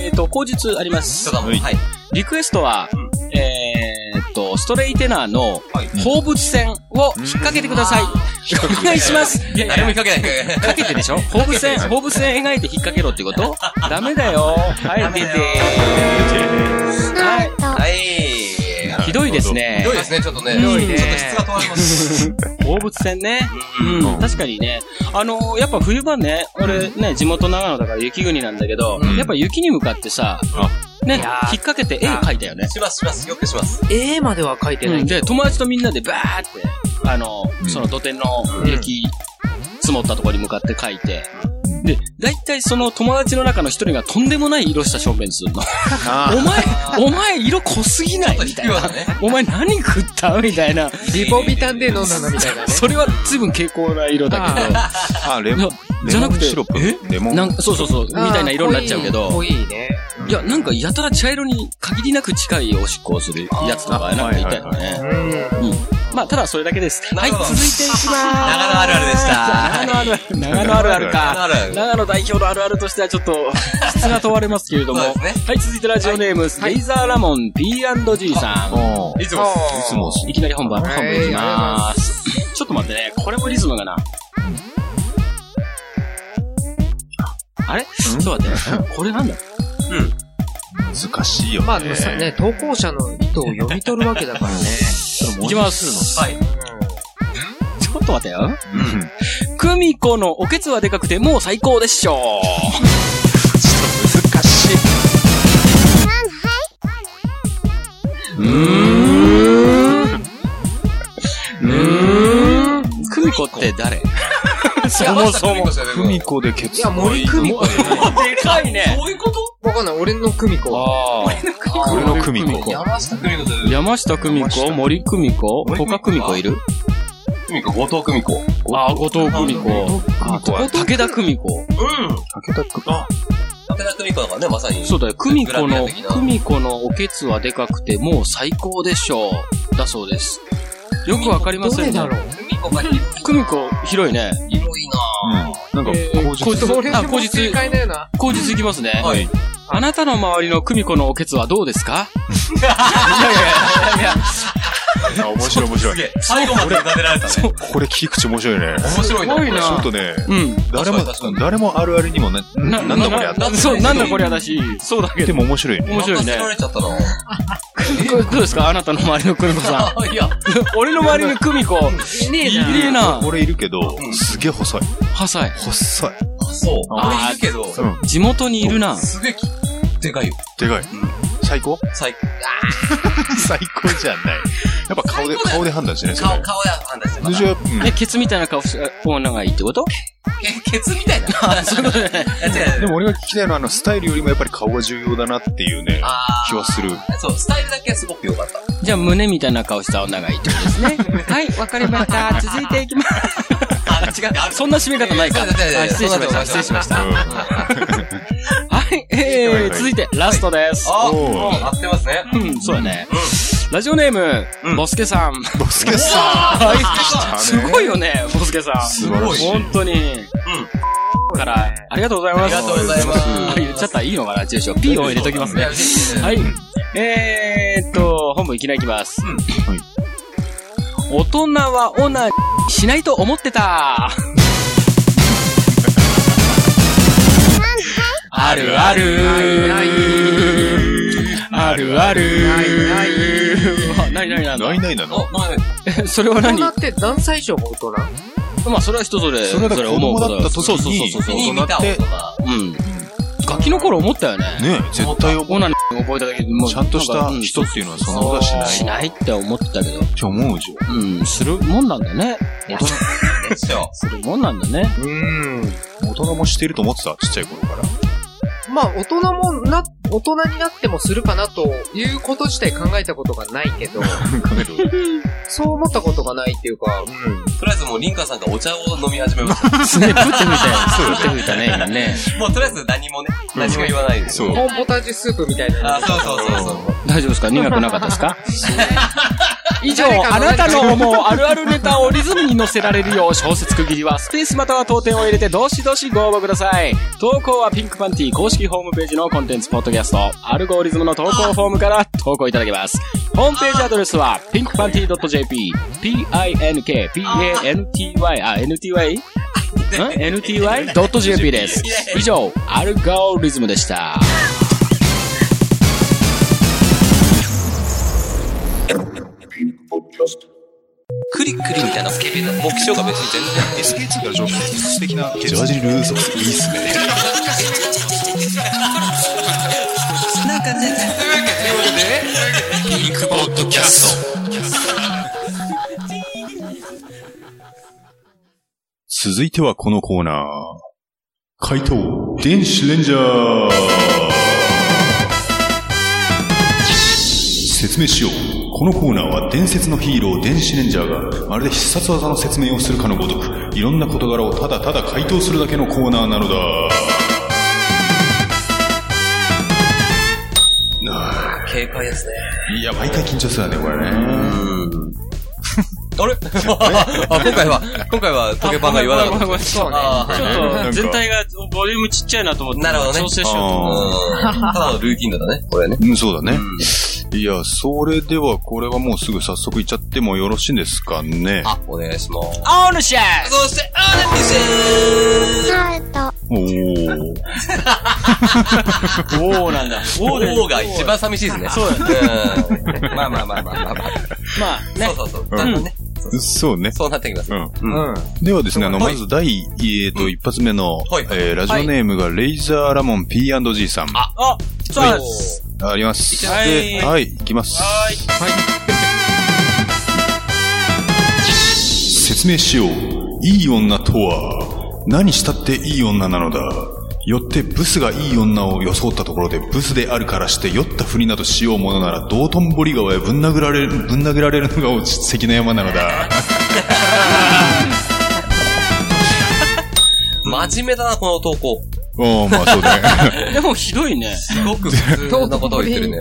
Speaker 3: えーと、後日ありま
Speaker 4: 人
Speaker 3: す。
Speaker 4: だもん。はい。
Speaker 3: リクエストは、えーと、ストレイテナーの
Speaker 4: はい
Speaker 3: 放物線を引っ掛けてください。お願いします。いやいや
Speaker 4: 誰も引っ掛けない。
Speaker 3: かけてでしょ (laughs) 放物線、放物線描いて引っ掛けろってこと (laughs) ダメだよ。はい、出て。はい。
Speaker 4: はい。
Speaker 3: ひどいですね
Speaker 4: ひど。いですね、ちょっとね。
Speaker 3: ひどいね
Speaker 4: ちょっと質が問われます。
Speaker 3: 放物線ね。うん、確かにね。あのーやっぱ冬場ね、俺ね、地元長野だから雪国なんだけど、
Speaker 4: うん
Speaker 3: やっぱ雪に向かってさ、ね、引っ掛けて絵描いたよね。
Speaker 4: します、します。よくします。
Speaker 5: A までは書いてな
Speaker 3: う
Speaker 5: い
Speaker 3: ん
Speaker 5: け
Speaker 3: で、
Speaker 5: ど。
Speaker 3: 友達とみんなでバーって、あのーその土手の雪、積もったところに向かって描いて、で、大体その友達の中の一人がとんでもない色した小便するの。
Speaker 2: あ
Speaker 3: お前、お前色濃すぎない
Speaker 4: (laughs)
Speaker 3: みたいな。お前何食ったみたいな。
Speaker 5: リポビタンで飲んだのみたいなね。
Speaker 3: それは随分傾向な色だけど。
Speaker 2: あ、あレモン
Speaker 3: いや。じゃなくて
Speaker 2: レモンシロップ。レモン。
Speaker 3: なんかそうそう (laughs) そう、みたいな色になっちゃうけど。
Speaker 5: 濃い濃いね。
Speaker 3: いや、なんかやたら茶色に限りなく近いおしっこをするやつとか、なんかいたよね。うんまあ、ただそれだけです。はい、
Speaker 4: るほ
Speaker 3: 続
Speaker 4: ど
Speaker 3: いていきます。
Speaker 4: 長野あるあるでした
Speaker 3: 長野あるある。長野あるあるか。
Speaker 4: あるある。
Speaker 3: 長野代表のあるあるとしてはちょっと、質が問われますけれども。
Speaker 4: そうです
Speaker 3: はい、続いてラジオネーム、レイザーラモン P&G さん。
Speaker 2: おーい
Speaker 4: いつも。
Speaker 2: つもっす
Speaker 3: いきなり本番、本番いきます。ちょっと待ってね、これもリズムがな。あれちょっと待って、これなんだ
Speaker 2: 難しいよね。
Speaker 5: まあ、さね、投稿者の意図を読み取るわけだ (laughs) からね。
Speaker 3: いきます。
Speaker 4: はい。
Speaker 3: ちょっと待ってよ。
Speaker 2: うん
Speaker 3: クミコのおけつはでかくてもう最高でしょ
Speaker 2: 難しい。
Speaker 3: う。クミコって誰そもそも。
Speaker 2: 久美子でケ
Speaker 5: い
Speaker 2: ツ。
Speaker 5: や、森久美
Speaker 3: (laughs)
Speaker 5: 子。
Speaker 3: でかいね。
Speaker 4: そういうこと
Speaker 5: わかんない。俺の久美子は。
Speaker 2: ああ。俺の久美子。
Speaker 4: 山下久美子だよ。
Speaker 3: 山下久美子、森久美子、
Speaker 4: 森久美子
Speaker 3: 他久美子いる
Speaker 4: 久美子、後藤久美子。
Speaker 3: ああ、後藤久美子。
Speaker 2: あとは、
Speaker 3: 武田久美子。
Speaker 4: うん。
Speaker 2: 武田久美子。
Speaker 4: 武田久美子だからね、まさに。
Speaker 3: そうだよ、久美子
Speaker 4: グラビ
Speaker 3: の
Speaker 4: ア的、な
Speaker 3: 久美子のおけつはでかくてもう最高でしょう。だそうです。よくわかりま
Speaker 5: ど
Speaker 3: せ
Speaker 5: れ
Speaker 3: んね
Speaker 5: だ。ろう
Speaker 4: 久美子が広い
Speaker 3: 久美子、広いね。
Speaker 4: 広いな
Speaker 2: なんか、口
Speaker 3: こいつ
Speaker 2: 述。
Speaker 5: 俺
Speaker 3: あ
Speaker 5: も
Speaker 3: 後日
Speaker 5: 正解だよな。
Speaker 3: 口実いきますね。
Speaker 4: はい。
Speaker 3: あなたの周りの久美子のおけつはどうですか
Speaker 2: あ面白い面白
Speaker 4: す
Speaker 2: い。
Speaker 4: げえ。最後まで委ねられたね。
Speaker 2: これ切り口面白いね。
Speaker 4: 面白いな。
Speaker 3: すごいな
Speaker 2: ちょっとね、
Speaker 3: うん。
Speaker 2: 誰
Speaker 4: 確か
Speaker 2: も
Speaker 4: に確か、に
Speaker 2: 誰もあるあるにもね、なんだこりゃ。
Speaker 3: なそう、なんだこりゃだし、そうだけ
Speaker 2: で
Speaker 3: ど。
Speaker 2: も面白いね。
Speaker 3: 面白い
Speaker 4: 任
Speaker 3: ね
Speaker 4: せられちゃったな。
Speaker 3: どうですかあなたの周りの久美子さ
Speaker 4: (laughs)
Speaker 3: ん。
Speaker 4: いや、
Speaker 3: 俺の周りの久美子。いねえな。いねえな。
Speaker 2: 俺いるけど、すげえ細い。
Speaker 3: はさい。
Speaker 2: 細い。
Speaker 4: そう。
Speaker 3: あー
Speaker 4: あれいいけど、
Speaker 2: うん。
Speaker 3: 地元にいるな。
Speaker 4: すげえ、でかいよ。
Speaker 2: でかい。最高
Speaker 4: 最
Speaker 2: 最高じゃない。やっぱ顔で、顔で判断してね、そ
Speaker 4: 顔、
Speaker 2: れ。
Speaker 4: 顔や判断してま
Speaker 2: で
Speaker 4: だ
Speaker 2: じゃあうん
Speaker 3: え、ケツみたいな顔し、オーナーがいいってこと (laughs)
Speaker 4: けケツみたいな。あ、そういうことね。違う。
Speaker 2: でも、俺が聞きたいのは、あの、スタイルよりもやっぱり顔が重要だなっていうね、
Speaker 4: あ
Speaker 2: 気はする。
Speaker 4: ーそう、スタイルだけはすごく良かった。
Speaker 3: じゃあ、胸みたいな顔した女がいいってことですね。 (laughs) はい、わかりました。続いていきます。
Speaker 4: あ、違う。あ
Speaker 3: そんな締め方ないか。
Speaker 4: そうだそうだ
Speaker 3: あ失礼しました。失礼しました。はい、
Speaker 2: はい
Speaker 3: え
Speaker 2: は
Speaker 3: ー、
Speaker 2: い
Speaker 3: 続いて、ラストです。
Speaker 4: あ、
Speaker 2: お
Speaker 4: うん合ってますね。
Speaker 3: うん、そうだね。ラジオネーム、ボスケさん。
Speaker 2: ボスケさん
Speaker 3: (laughs) すごいよね、ボスケさん。
Speaker 2: 素晴らしい
Speaker 3: 本当に。うん。から、ありがとうございます。
Speaker 4: ありがとうございます
Speaker 3: あ言っちゃったらいいのかな、住所。P を入れときます
Speaker 4: いや
Speaker 3: ね。
Speaker 4: 嬉しいね
Speaker 3: はい。えーっと、本部いきなりいきます。
Speaker 2: はい
Speaker 3: 大人はオナニーしないと思ってた。あるある。あるある。あないないない。
Speaker 2: ないないなの
Speaker 4: お、まあね、
Speaker 3: (laughs) それは
Speaker 5: 大
Speaker 3: 何
Speaker 5: 人って何歳以上が大人
Speaker 3: まあ、それは人それ。
Speaker 2: それだから子供だった時
Speaker 3: そうそうそう
Speaker 2: に、
Speaker 3: そうそう。
Speaker 4: に
Speaker 2: 大人って、ね
Speaker 3: うん。ガキの頃思ったよね。
Speaker 2: 絶対
Speaker 3: オナニーを覚えただけでもう
Speaker 2: ちゃんとし
Speaker 3: な
Speaker 2: た
Speaker 3: かうん
Speaker 2: 人っていうのはそんなことはしない
Speaker 3: しないって思ってたけど。
Speaker 2: って思うじゃ
Speaker 3: うん、するもんなんだね。
Speaker 4: 大人でしょ。
Speaker 3: するもんなんだね。
Speaker 2: ん。大人もしてると思ってた、ちっちゃい頃から。
Speaker 5: まあ、大人もな、大人になってもするかなということ自体考えたことがないけ (laughs) ど、そう思ったことがないっていうか、
Speaker 4: とりあえずもう、リンカさんがお茶を飲み始めました。
Speaker 3: すげえ、プってみたい。プってみたね、今ね。
Speaker 4: もう、とりあえず何もね、何も言わないで。
Speaker 2: そう。
Speaker 5: コーンポタージュスープみたいな。
Speaker 4: あ、そうそうそうそう。
Speaker 3: 大丈夫です
Speaker 5: (laughs)
Speaker 3: か苦くなかったですか以上
Speaker 5: 誰、か
Speaker 3: あ
Speaker 5: の
Speaker 3: なたの思うあるあるネタをリズムに乗せられるよう小説区切りはスペースまたは当店を入れてどしどしご応募ください。投稿はピンクパンティ公式ホームページのコンテンツポッドキャスト、アルゴリズムの投稿フォームから投稿いただけます。ホームページアドレスは pinkpanty.jp、p-i-n-k-p-a-n-t-y、あ、n-t-y? ん ?nty.jp です。以上、アルゴリズムでした。
Speaker 4: クリックリみたいな目標が別に全然
Speaker 2: SK2 から上質的なジャージルーソス、いいっすね。続いてはこのコーナー。怪盗電子レンジャー説明しようこのコーナーは伝説のヒーロー電子レンジャーがまるで必殺技の説明をするかのごとくいろんな事柄をただただ回答するだけのコーナーなのだなあ
Speaker 4: 警戒ですね。
Speaker 2: いや毎回緊張するわねこれ
Speaker 4: う
Speaker 2: ね
Speaker 4: ん。あれあ、今回は、今回は、トゲパンが言わなかった。
Speaker 3: ごめんごめんごめんそうね
Speaker 4: あー
Speaker 3: ち
Speaker 2: なん
Speaker 3: ょっ
Speaker 2: か
Speaker 3: と、全体がボリュームちっちゃいなと思って、
Speaker 4: なるほどね
Speaker 3: 調整しようと思って
Speaker 4: はいうんただのルーティンだね、これね。
Speaker 2: うんそうだね、
Speaker 4: うん
Speaker 2: いやそれではこれはもうすぐ早速いっちゃってもよろしいんですかね
Speaker 4: あ、お願いします。
Speaker 3: オールシャー
Speaker 4: そして、あー
Speaker 1: ス
Speaker 4: ね
Speaker 1: タート。
Speaker 2: おお
Speaker 3: おーなんだ。おーだよ
Speaker 4: 王が一番寂しいですね。そうだね。まあまあまあまあまあまあ。
Speaker 3: まあ、ね
Speaker 4: そう。そうそう。だんだんね、
Speaker 2: そうね。
Speaker 4: そうなってきます。
Speaker 2: うん。
Speaker 4: うん。
Speaker 2: ではですね、あの、
Speaker 4: は
Speaker 2: ま
Speaker 4: い
Speaker 2: ず第、えっと、一発目の
Speaker 4: はい、
Speaker 2: えーラジオネームがレイザーラモン P&G さん。
Speaker 4: あ
Speaker 3: あ、そう
Speaker 4: は
Speaker 3: だ
Speaker 4: い。
Speaker 2: あります。で
Speaker 3: はい
Speaker 2: はい、いきます。はい。説明しよう。いい女とは、何したっていい女なのだ。よってブスがいい女を装ったところでブスであるからして酔ったふりなどしようものなら道頓堀川へぶん殴られる、ぶん殴られるのが落ち関の山なのだ。
Speaker 4: 真面目だな、この投稿。
Speaker 2: (laughs) おー、まあそう (laughs) だね。
Speaker 3: でもひどいね。
Speaker 4: すごく普通なことを言ってる
Speaker 3: (laughs)
Speaker 4: ね。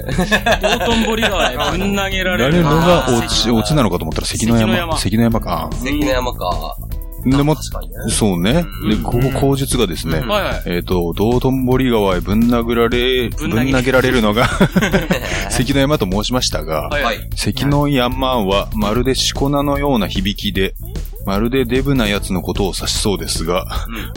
Speaker 3: 道頓堀川 (laughs) へぶん投げられ
Speaker 2: なる
Speaker 3: る。
Speaker 2: の
Speaker 4: あ
Speaker 2: が
Speaker 4: ー
Speaker 2: オチ、オチなのかと思ったら関の
Speaker 3: 関の
Speaker 2: 山。
Speaker 3: 山
Speaker 2: 関の山か。
Speaker 4: 関根山か。
Speaker 2: でも、
Speaker 4: 確かにね。
Speaker 2: そうね。で、ここ、口述がですね
Speaker 4: うん、
Speaker 3: はいはい。
Speaker 2: えっと、道頓堀川へぶん殴られ、
Speaker 3: ぶ
Speaker 2: ぶん
Speaker 3: ん投げ
Speaker 2: 投げられる
Speaker 3: (laughs)
Speaker 2: のが関の山と申しましたが、
Speaker 3: はい
Speaker 4: は
Speaker 3: はいい。
Speaker 2: 関の山はまるでしこ名のような響きで、まるでデブな奴のことを指しそうですが、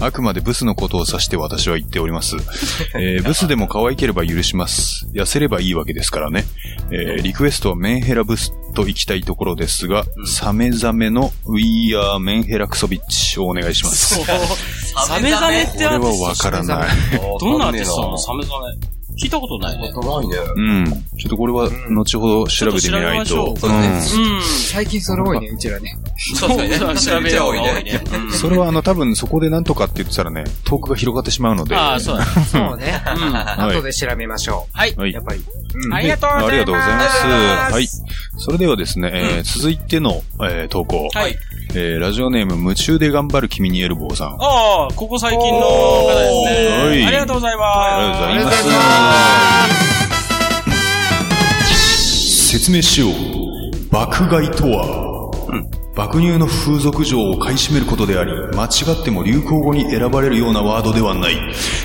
Speaker 2: あくまでブスのことを指して私は言っております。
Speaker 4: (laughs)
Speaker 2: えーブスでも可愛ければ許します。痩せればいいわけですからね。えーリクエストはメンヘラブスと行きたいところですが、サメザメの We are メンヘラクソビッチをお願いします。
Speaker 3: サメザメっ
Speaker 2: こ
Speaker 3: て
Speaker 2: れ
Speaker 3: ア
Speaker 2: は
Speaker 3: ーティス
Speaker 2: わからない。
Speaker 4: ど
Speaker 3: トどんなアーティストなのサメザメ。聞いたことないね。
Speaker 4: ないね。
Speaker 2: うん。ちょっとこれは後ほど調べてみない
Speaker 3: ちょ
Speaker 2: と
Speaker 4: と
Speaker 3: っ。
Speaker 4: 調べましょう
Speaker 2: うん
Speaker 3: うん。
Speaker 5: 最近それ多いね、うちらね。
Speaker 4: 確かにね。 (laughs)
Speaker 3: 調べようが (laughs) 多いね。
Speaker 2: それはあの多分そこでなんとかって言ってたらね、トークが広がってしまうので。
Speaker 3: ああ、そうだね。
Speaker 5: (laughs) そうね。
Speaker 3: (laughs) うん。
Speaker 2: はい
Speaker 5: 後で調べましょう。
Speaker 3: はい
Speaker 2: はい
Speaker 5: やっぱり。
Speaker 3: ありがとうございます
Speaker 2: ありがとうございます。
Speaker 4: あ
Speaker 2: は
Speaker 4: り
Speaker 2: い。それではですね、えー続いての、えー投稿。
Speaker 3: はい。
Speaker 2: えーラジオネーム、夢中で頑張る君にエルボーさん。あ
Speaker 3: ああ、ここ最近の方です
Speaker 2: おー
Speaker 3: ね。ありがとうございます。
Speaker 2: りがとうございます。説明しよう。爆買いとは、爆乳の風俗嬢を買い占めることであり、間違っても流行語に選ばれるようなワードではない。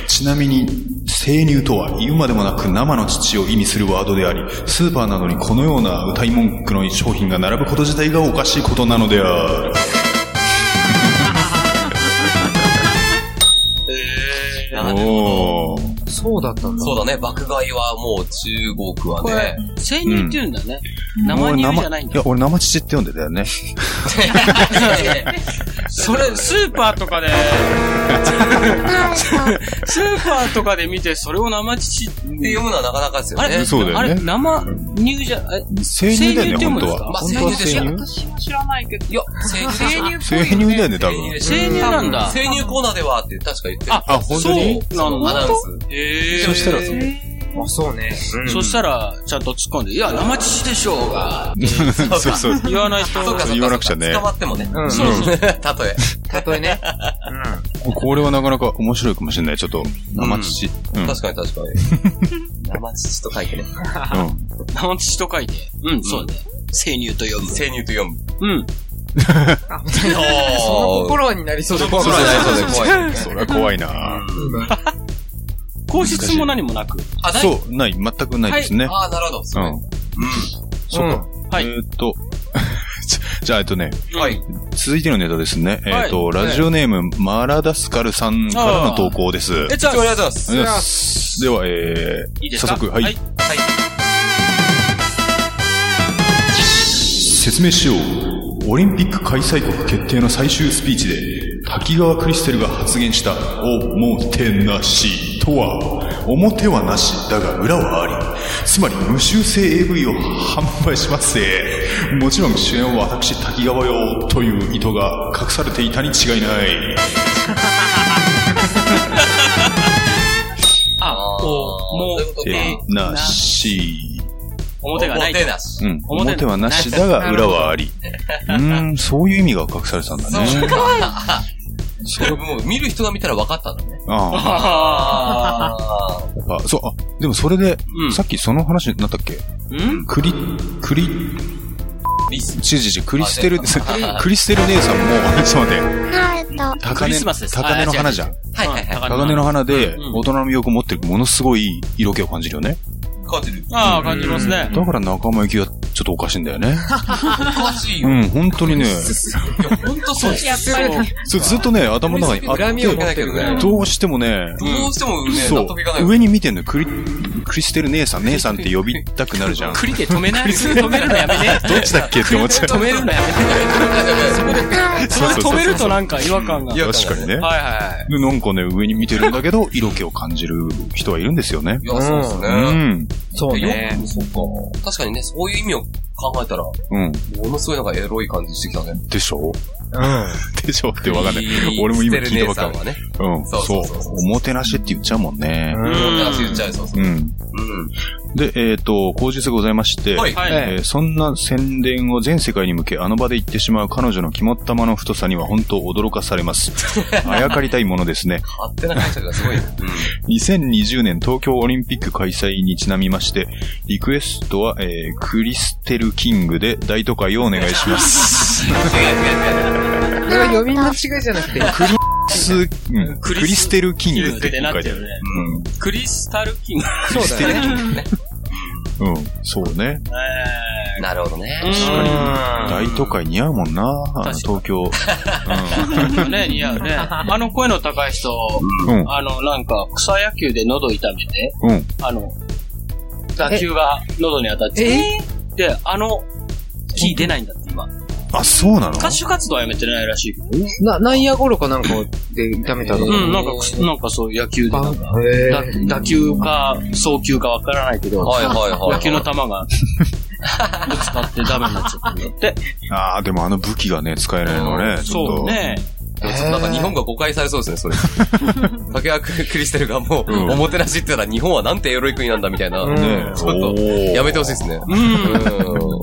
Speaker 2: ちなみに、生乳とは言うまでもなく生の乳を意味するワードであり、スーパーなどにこのような歌い文句の商品が並ぶこと自体がおかしいことな
Speaker 3: (laughs)
Speaker 2: のである。おー。
Speaker 5: そうだったんだ。
Speaker 4: そうだね、爆買いはもう中国は
Speaker 3: これ
Speaker 4: ね。、
Speaker 3: 生乳って言うんだね。生乳じゃないん
Speaker 2: いや
Speaker 3: だ、。
Speaker 2: 俺生乳って読んでたよね。
Speaker 3: それ、スーパーとか
Speaker 2: (laughs)
Speaker 3: で、
Speaker 1: スタート。
Speaker 3: スーパーとかで見て、それを生乳って
Speaker 4: って読むのはなかなかですよ
Speaker 3: あれ
Speaker 4: ね。
Speaker 2: そうだよね
Speaker 3: あれ生乳じゃ、え
Speaker 2: 生乳だよ
Speaker 3: 生乳って
Speaker 2: ね、
Speaker 3: 読むんで
Speaker 2: 本当
Speaker 3: すか
Speaker 2: は。
Speaker 4: まあ
Speaker 2: 本当は
Speaker 4: 生乳でし
Speaker 2: 生
Speaker 4: ょ
Speaker 2: 乳
Speaker 7: 私は知らないけど。
Speaker 4: い (laughs) や、生乳でしょ
Speaker 2: 生乳だよね、多
Speaker 4: 生
Speaker 2: 分。
Speaker 4: 乳
Speaker 3: 生乳なんだ。
Speaker 4: 生乳コーナーではって確か言ってる。
Speaker 3: あ
Speaker 2: あ、本
Speaker 3: そう
Speaker 2: 当に
Speaker 3: な
Speaker 4: そ
Speaker 3: の
Speaker 4: のアナウン
Speaker 3: ええ
Speaker 2: そしたら、
Speaker 5: あ、そうね。
Speaker 4: ス。
Speaker 3: そしたら、ちゃんと突っ込んで、いや、生乳でしょうが、
Speaker 2: そうそう。
Speaker 3: 言わないと、
Speaker 4: そうか、そうか。
Speaker 2: 言わなくちゃね
Speaker 4: 捕まってもね。
Speaker 5: うん。
Speaker 3: そうそう
Speaker 4: たとえ。
Speaker 5: たとえね。
Speaker 2: これはなかなか面白いかもしれない。ちょっと、生乳。うん。
Speaker 4: 確かに確かに。生乳と書いてね。
Speaker 3: 生乳と書いて、うん、そうね。生乳と読む。
Speaker 4: 生乳と読む。
Speaker 3: うん。
Speaker 5: その
Speaker 4: おー。
Speaker 5: 心になりそうだ
Speaker 4: それはねそうだよ
Speaker 2: うん。それは怖いな
Speaker 4: うん
Speaker 3: 皇室も何もなく。
Speaker 4: あ、ない
Speaker 2: そう、ない、全くないですね。
Speaker 4: あー、なるほど。そううんね。。
Speaker 2: そうか。
Speaker 3: はい
Speaker 2: えーっと、 (laughs) じゃじゃあ、えっとね、
Speaker 3: はい。
Speaker 2: 続いてのネタですね。え
Speaker 3: はい
Speaker 2: ーっと、ラジオネーム、マラダスカルさんからの投稿です。
Speaker 3: え、じゃあ、
Speaker 4: ありがとうございます。
Speaker 2: ありがとうございますでは、え
Speaker 3: いい
Speaker 2: ー、
Speaker 3: です
Speaker 2: 早
Speaker 3: か
Speaker 2: 速、はい。
Speaker 3: はい
Speaker 2: 説明しよう。オリンピック開催国決定の最終スピーチで、滝川クリステルが発言した、おもてなしとは、表はなし、だが裏はあり。つまり、無修正 AV を販売しますぜ。もちろん主演は私、滝川よ、という意図が隠されていたに違いない。
Speaker 3: あ、お、
Speaker 4: そ
Speaker 3: も
Speaker 4: ういうこと
Speaker 3: う、
Speaker 4: か
Speaker 3: えー
Speaker 2: なし。
Speaker 3: 表がないと
Speaker 4: 表。なし。
Speaker 2: うん。
Speaker 3: 表
Speaker 2: 表はなし
Speaker 3: なし
Speaker 2: だが裏はあり。うーん、そういう意味が隠されてたんだね。
Speaker 4: それもう見る人が見たら分かったんだね。
Speaker 2: あ
Speaker 3: あ
Speaker 4: あ
Speaker 2: あ。やっぱ、そう、あ、でもそれで、
Speaker 3: うん
Speaker 2: さっきその話になったっけ
Speaker 3: ーん
Speaker 2: クリ、クリ、
Speaker 4: リス。
Speaker 2: ちじじ、クリステル、
Speaker 4: あ出た
Speaker 2: (laughs) クリステル姉さんも、 (laughs) ちょっと待って、
Speaker 1: なると、
Speaker 2: 高
Speaker 3: クリ
Speaker 2: 根
Speaker 3: スマスです
Speaker 2: 高根の花じゃん。
Speaker 4: はいはいはい。
Speaker 2: 高根の花で
Speaker 3: う、ん
Speaker 2: 大人の魅力を持ってる、ものすごい色気を感じるよね。
Speaker 4: 感じる。
Speaker 3: ああ、感じますね。
Speaker 2: だから仲間由紀はちょっとおかしいんだ
Speaker 3: (laughs)
Speaker 2: よね。
Speaker 4: おかしいうよ。
Speaker 2: ん、本当にね、
Speaker 4: いや、ほんとそうです。
Speaker 7: やっぱり、
Speaker 2: そうずっとね、頭の中にあ
Speaker 5: 恨みを持ってるぐらい。
Speaker 2: どうしてもね、
Speaker 4: どうしてもね、
Speaker 2: そ、。
Speaker 4: 納得いかないう
Speaker 2: 上に見てんのよクリ、クリステル姉さん、姉さんって呼びたくなる
Speaker 3: (laughs)
Speaker 2: じゃん。
Speaker 3: 栗で止め
Speaker 2: (laughs)
Speaker 3: ない。止めるのやめね。
Speaker 2: どっちだっけって思っ (laughs) ちゃ
Speaker 3: 止
Speaker 2: う。
Speaker 3: めるのや
Speaker 1: なると、
Speaker 3: めて。
Speaker 2: そうそうそう
Speaker 3: 止めるとなんか違和感が。
Speaker 4: いや
Speaker 2: 確かにね。
Speaker 3: はいはい。
Speaker 2: でなんかね、上に見てるんだけど、色気を感じる人はいるんですよね。
Speaker 4: いや、そうです
Speaker 2: う
Speaker 4: ね。
Speaker 2: ん。
Speaker 5: そうね。
Speaker 4: よく。そうか。確かにね、そういう意味を考えたら、も
Speaker 2: うん。
Speaker 4: のすごいなんかエロい感じしてきたね。
Speaker 2: でしょ
Speaker 5: うん。
Speaker 2: でしょってわかんない。俺も今聞いたばっか
Speaker 4: り。はね。
Speaker 2: り。うん。
Speaker 4: そう
Speaker 2: そ
Speaker 4: そううそうそう。
Speaker 2: おもてなしって言っちゃうもんね。
Speaker 4: うん。だから言っちゃいそうそうう。
Speaker 2: ん。
Speaker 4: う
Speaker 2: で、えっと、口実ございまして
Speaker 4: ん。、はい。
Speaker 3: はい。
Speaker 2: えーそんな宣伝を全世界に向けあの場で言ってしまう彼女の肝っ玉の太さには本当驚かされます。あやかりたいものですね。
Speaker 4: 勝手な解釈がすごいね。
Speaker 2: 2020年東京オリンピック開催にちなみまして、リクエストは、えークリステルキングで大都会をお願いし (laughs) ます。
Speaker 5: これは読み間違いじゃなくて、
Speaker 2: すうんクリステルキングって書いてあ
Speaker 3: なって
Speaker 2: る。
Speaker 3: るね。
Speaker 2: うん
Speaker 3: クリスタルキング。
Speaker 5: そうだよね。
Speaker 2: うん、そうね。
Speaker 4: うん。なるほどね。
Speaker 2: 大都会似合うもんな、あの東 (laughs) 京。
Speaker 3: ね、似合うね。あの声の高い人、
Speaker 2: うん。うん。
Speaker 3: あの、なんか、草野球で喉痛めて、
Speaker 2: うん。
Speaker 3: あの、打球が喉に当たっ
Speaker 5: え
Speaker 3: て、で、あの、キー出ないんだって今。
Speaker 2: あ、そうなの
Speaker 3: 歌手活動はやめてないらしいけど。
Speaker 5: な、なんや頃かなんかで痛めたとか。
Speaker 3: うん、なんか、なんかそう、野球でなんか、
Speaker 5: あへ
Speaker 3: だ打球か、送球かわからないけど、
Speaker 4: はいはいはい。
Speaker 3: 野球の球
Speaker 2: (laughs)
Speaker 3: が、ぶつかってダメになっちゃったんだって。
Speaker 2: ああ、でもあの武器がね、使えないのはね、ちょっと。
Speaker 3: そうね。
Speaker 4: なんか日本が誤解されそうですね、それ。竹川クリステルがもう、
Speaker 2: うん
Speaker 4: おもてなしって言ったら日本はなんてエロい国なんだみたいな。
Speaker 5: うん
Speaker 2: ね
Speaker 4: ちょっと
Speaker 2: おー
Speaker 4: やめてほしいですね。
Speaker 3: う
Speaker 4: う
Speaker 3: ん。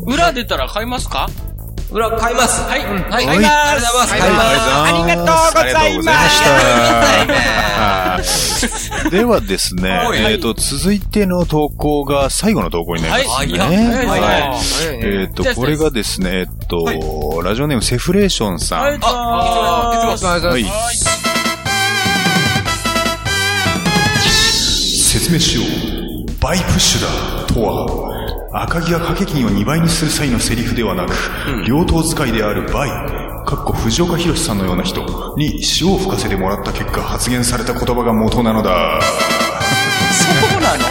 Speaker 4: ん
Speaker 3: 裏出たら買いますか
Speaker 4: 裏買いますはいはい
Speaker 2: は
Speaker 4: 買
Speaker 2: い
Speaker 4: います買います
Speaker 2: ありがとうございます。ありがとうございました。ではですね、
Speaker 4: はい
Speaker 2: えっ、と、続いての投稿が最後の投稿になりますね。
Speaker 4: はい
Speaker 2: はい。
Speaker 4: はい
Speaker 5: 早いね
Speaker 2: えっ、と、これがですね、えっと、ラジオネームセフレーションさん。
Speaker 3: はい、じゃ
Speaker 4: あ
Speaker 3: あ、
Speaker 4: いつもいつも
Speaker 5: あ
Speaker 2: はい。説明しよう。バイプッシュだとは、赤木が掛け金を2倍にする際のセリフではなく、両党使いであるバイ、かっこ藤岡弘さんのような人に塩を吹かせてもらった結果発言された言葉が元なのだ。
Speaker 3: そうなの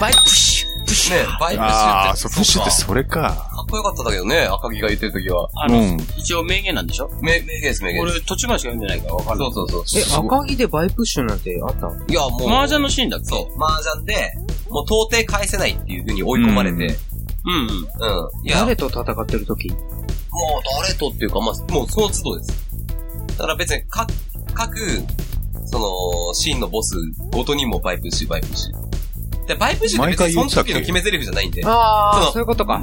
Speaker 3: バイプッシュ。プッシュ。
Speaker 4: ねバイプッシュって。
Speaker 2: そう、プッシュって
Speaker 4: そうか
Speaker 2: それか。
Speaker 4: かっこよかったんだけどね、赤木が言ってる時は。
Speaker 3: あの、
Speaker 2: うん
Speaker 3: 一応名言なんでしょ
Speaker 4: 名名言です、名言です。
Speaker 3: 俺、途中までしか読んでないからわかんな
Speaker 4: そ
Speaker 3: い。
Speaker 4: うそうそう。
Speaker 5: え、赤木でバイプッシュなんてあった
Speaker 4: いや、もう。
Speaker 3: 麻雀のシーンだっけ
Speaker 4: そう、麻雀で、もう到底返せないっていう風に追い込まれて。
Speaker 3: うんうん。
Speaker 4: うん。いや、
Speaker 5: 誰と戦ってる時
Speaker 4: もう誰とっていうか、まあ、もうその都度です。だから別に、各、各、その、シーンのボスごとにもバイプッシュ、バイプッシュ。で、バイプッシュって別にその時の決め台詞じゃないんで、
Speaker 5: あ
Speaker 4: そ
Speaker 5: あ、
Speaker 4: う
Speaker 5: そういうことか。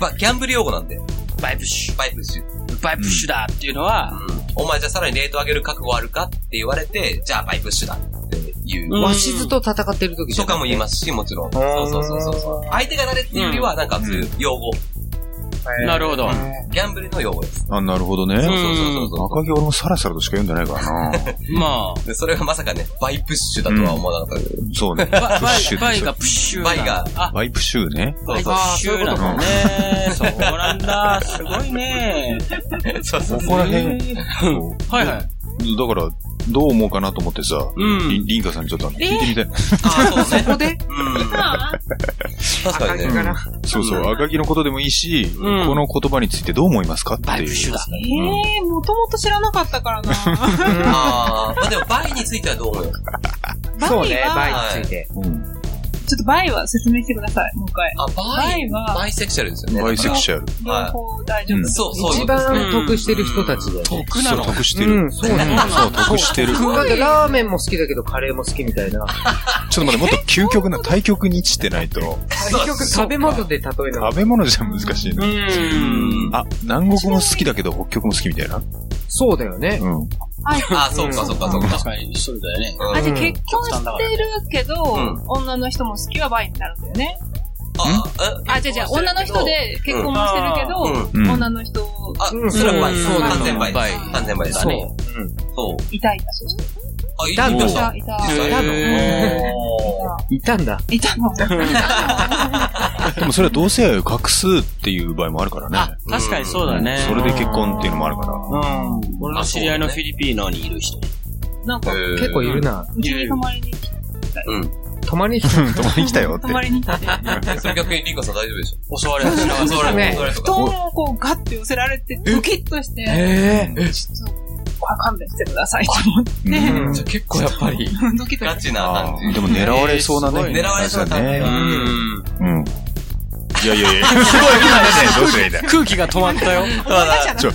Speaker 4: ばギャンブル用語なんで、
Speaker 3: バイプッシュ。
Speaker 4: バイプッシュ。
Speaker 3: バイプッシュだっていうのは、
Speaker 4: お前じゃあさらにレート上げる覚悟あるかって言われて、じゃあバイプッシュだっていう。
Speaker 3: うん
Speaker 5: わしずと戦ってる時じ
Speaker 4: と
Speaker 5: ゃな
Speaker 4: か
Speaker 5: く
Speaker 4: も
Speaker 5: て
Speaker 4: 言いますし、もちろん。そうそうそうそうそう。相手が誰っていうよりは、なんかそういう用語。
Speaker 3: なるほど。
Speaker 4: ギャンブルの用語です。
Speaker 2: あ、なるほどね。
Speaker 4: そうそうそうそうそ
Speaker 2: 赤木俺もサラサラとしか読んでないからな。
Speaker 3: ま
Speaker 4: う。で、それがまさかね、バイプッシュだとは思わなかったけど。
Speaker 2: そうね。
Speaker 3: あ、バ
Speaker 2: プッシ
Speaker 3: イ
Speaker 2: ュ
Speaker 3: バイがプッシュ。
Speaker 4: バイが。
Speaker 3: あ、
Speaker 2: バイプッシュね。
Speaker 4: そ
Speaker 3: バ
Speaker 4: う
Speaker 3: イプ
Speaker 4: そう
Speaker 3: ッシュなんだね。そうなんだ。すごいね。
Speaker 4: そうそう
Speaker 2: ここら辺。こう
Speaker 3: はいはい。
Speaker 2: だから、どう思うかなと思ってさ、
Speaker 3: うん
Speaker 2: りりんかさんにちょっとあの聞いてみたい。
Speaker 4: あ、そうね。
Speaker 5: そこで
Speaker 4: うん。
Speaker 7: まあ、
Speaker 4: 確かにね。
Speaker 2: そうそう、赤木のことでもいいし、
Speaker 3: うん
Speaker 2: この言葉についてどう思いますかって
Speaker 3: バイ
Speaker 2: い
Speaker 3: プッ
Speaker 2: う。
Speaker 3: シュだ。
Speaker 7: ええもともと知らなかったか
Speaker 2: (laughs)
Speaker 7: らな。
Speaker 4: ああ、まあでも、バイについてはどう思うよ。
Speaker 5: そうね、
Speaker 7: バイは
Speaker 5: バイについて。
Speaker 2: うん
Speaker 7: ちょっとバイは説明してください、もう一回。
Speaker 4: あ、バイ
Speaker 7: バイは
Speaker 4: バイセクシャルですよね。
Speaker 2: バイセクシャル。
Speaker 7: 両方大丈夫。
Speaker 2: うん
Speaker 4: そう、そうい
Speaker 5: 一
Speaker 4: うことですね。
Speaker 5: 番得してる人たちだよね。
Speaker 3: 得な
Speaker 2: そう、
Speaker 3: の
Speaker 2: 得して
Speaker 5: う
Speaker 2: る。
Speaker 5: ん、そうね。
Speaker 2: そう、得してる。ちょ
Speaker 5: なんかラーメンも好きだけどカレーも好きみたいな。
Speaker 2: っと待って、もっと究極な、対極に位置してないと、
Speaker 5: 結局食べ物で例えるの。
Speaker 2: 食べ物じゃ難しいね。
Speaker 4: うん。
Speaker 2: あ、南国も好きだけど北極も好きみたいな。
Speaker 5: そうだよね。
Speaker 2: うん。
Speaker 4: あ、そうか、そうか、そうか。
Speaker 3: 確かに、そうだよね。
Speaker 7: あ、じゃあ
Speaker 5: うん
Speaker 7: 結婚してるけど、
Speaker 4: ん
Speaker 7: 女の人も好きはバイになるんだよね。
Speaker 4: あ、え
Speaker 7: あ、じゃあじゃあ女の人。で結婚もしてるけど、
Speaker 2: うんうん
Speaker 7: 女の人
Speaker 4: あ
Speaker 5: う、ん
Speaker 4: それはバイ。
Speaker 5: そう
Speaker 4: 完全バイ。
Speaker 3: バイ
Speaker 4: 完全バイだね。
Speaker 5: そ
Speaker 4: そう。
Speaker 7: いたいた、そうそう。
Speaker 4: あ、い
Speaker 5: いたん
Speaker 4: い
Speaker 5: だ
Speaker 4: ま
Speaker 7: い
Speaker 4: した
Speaker 7: た、いた。
Speaker 3: へ
Speaker 5: う。いたんだ。
Speaker 7: いたの。
Speaker 2: でもそれは同性愛を隠すっていう場合もあるからね。
Speaker 3: あ、確かにそうだね。
Speaker 2: それで結婚っていうのもあるから。
Speaker 3: うん。俺の知り合いのフィリピーノにいる人。
Speaker 7: なんか、
Speaker 5: 結構いるな。
Speaker 7: うちに泊まりに来
Speaker 5: たまに、
Speaker 2: うん泊まりに来たよって
Speaker 7: 泊。まりに来て、
Speaker 4: それ逆にリンカさん大丈夫でし
Speaker 3: 襲われた。
Speaker 4: ょ襲われ
Speaker 5: ね
Speaker 4: る、襲われると
Speaker 7: 布
Speaker 4: か。
Speaker 7: 団をこうガッて寄せられて、ドキッとして、
Speaker 5: え
Speaker 7: ちょっと、勘弁してくださいと思って、
Speaker 2: うん
Speaker 5: じ
Speaker 4: ゃ結構やっぱり。
Speaker 7: (laughs) ドキッと
Speaker 4: ガ
Speaker 7: して。
Speaker 4: チな
Speaker 2: あ
Speaker 4: 感じ
Speaker 2: ー。でも狙われそうな
Speaker 3: えーすごい
Speaker 2: ね。
Speaker 4: 狙われそうな感じ
Speaker 2: ね。
Speaker 4: が。
Speaker 2: うん。いやいやいや、 (laughs) すごい今ね、どうすりゃいいんだよ。
Speaker 3: 空気が止まったよ。
Speaker 7: 思い出しちゃった
Speaker 2: ちょ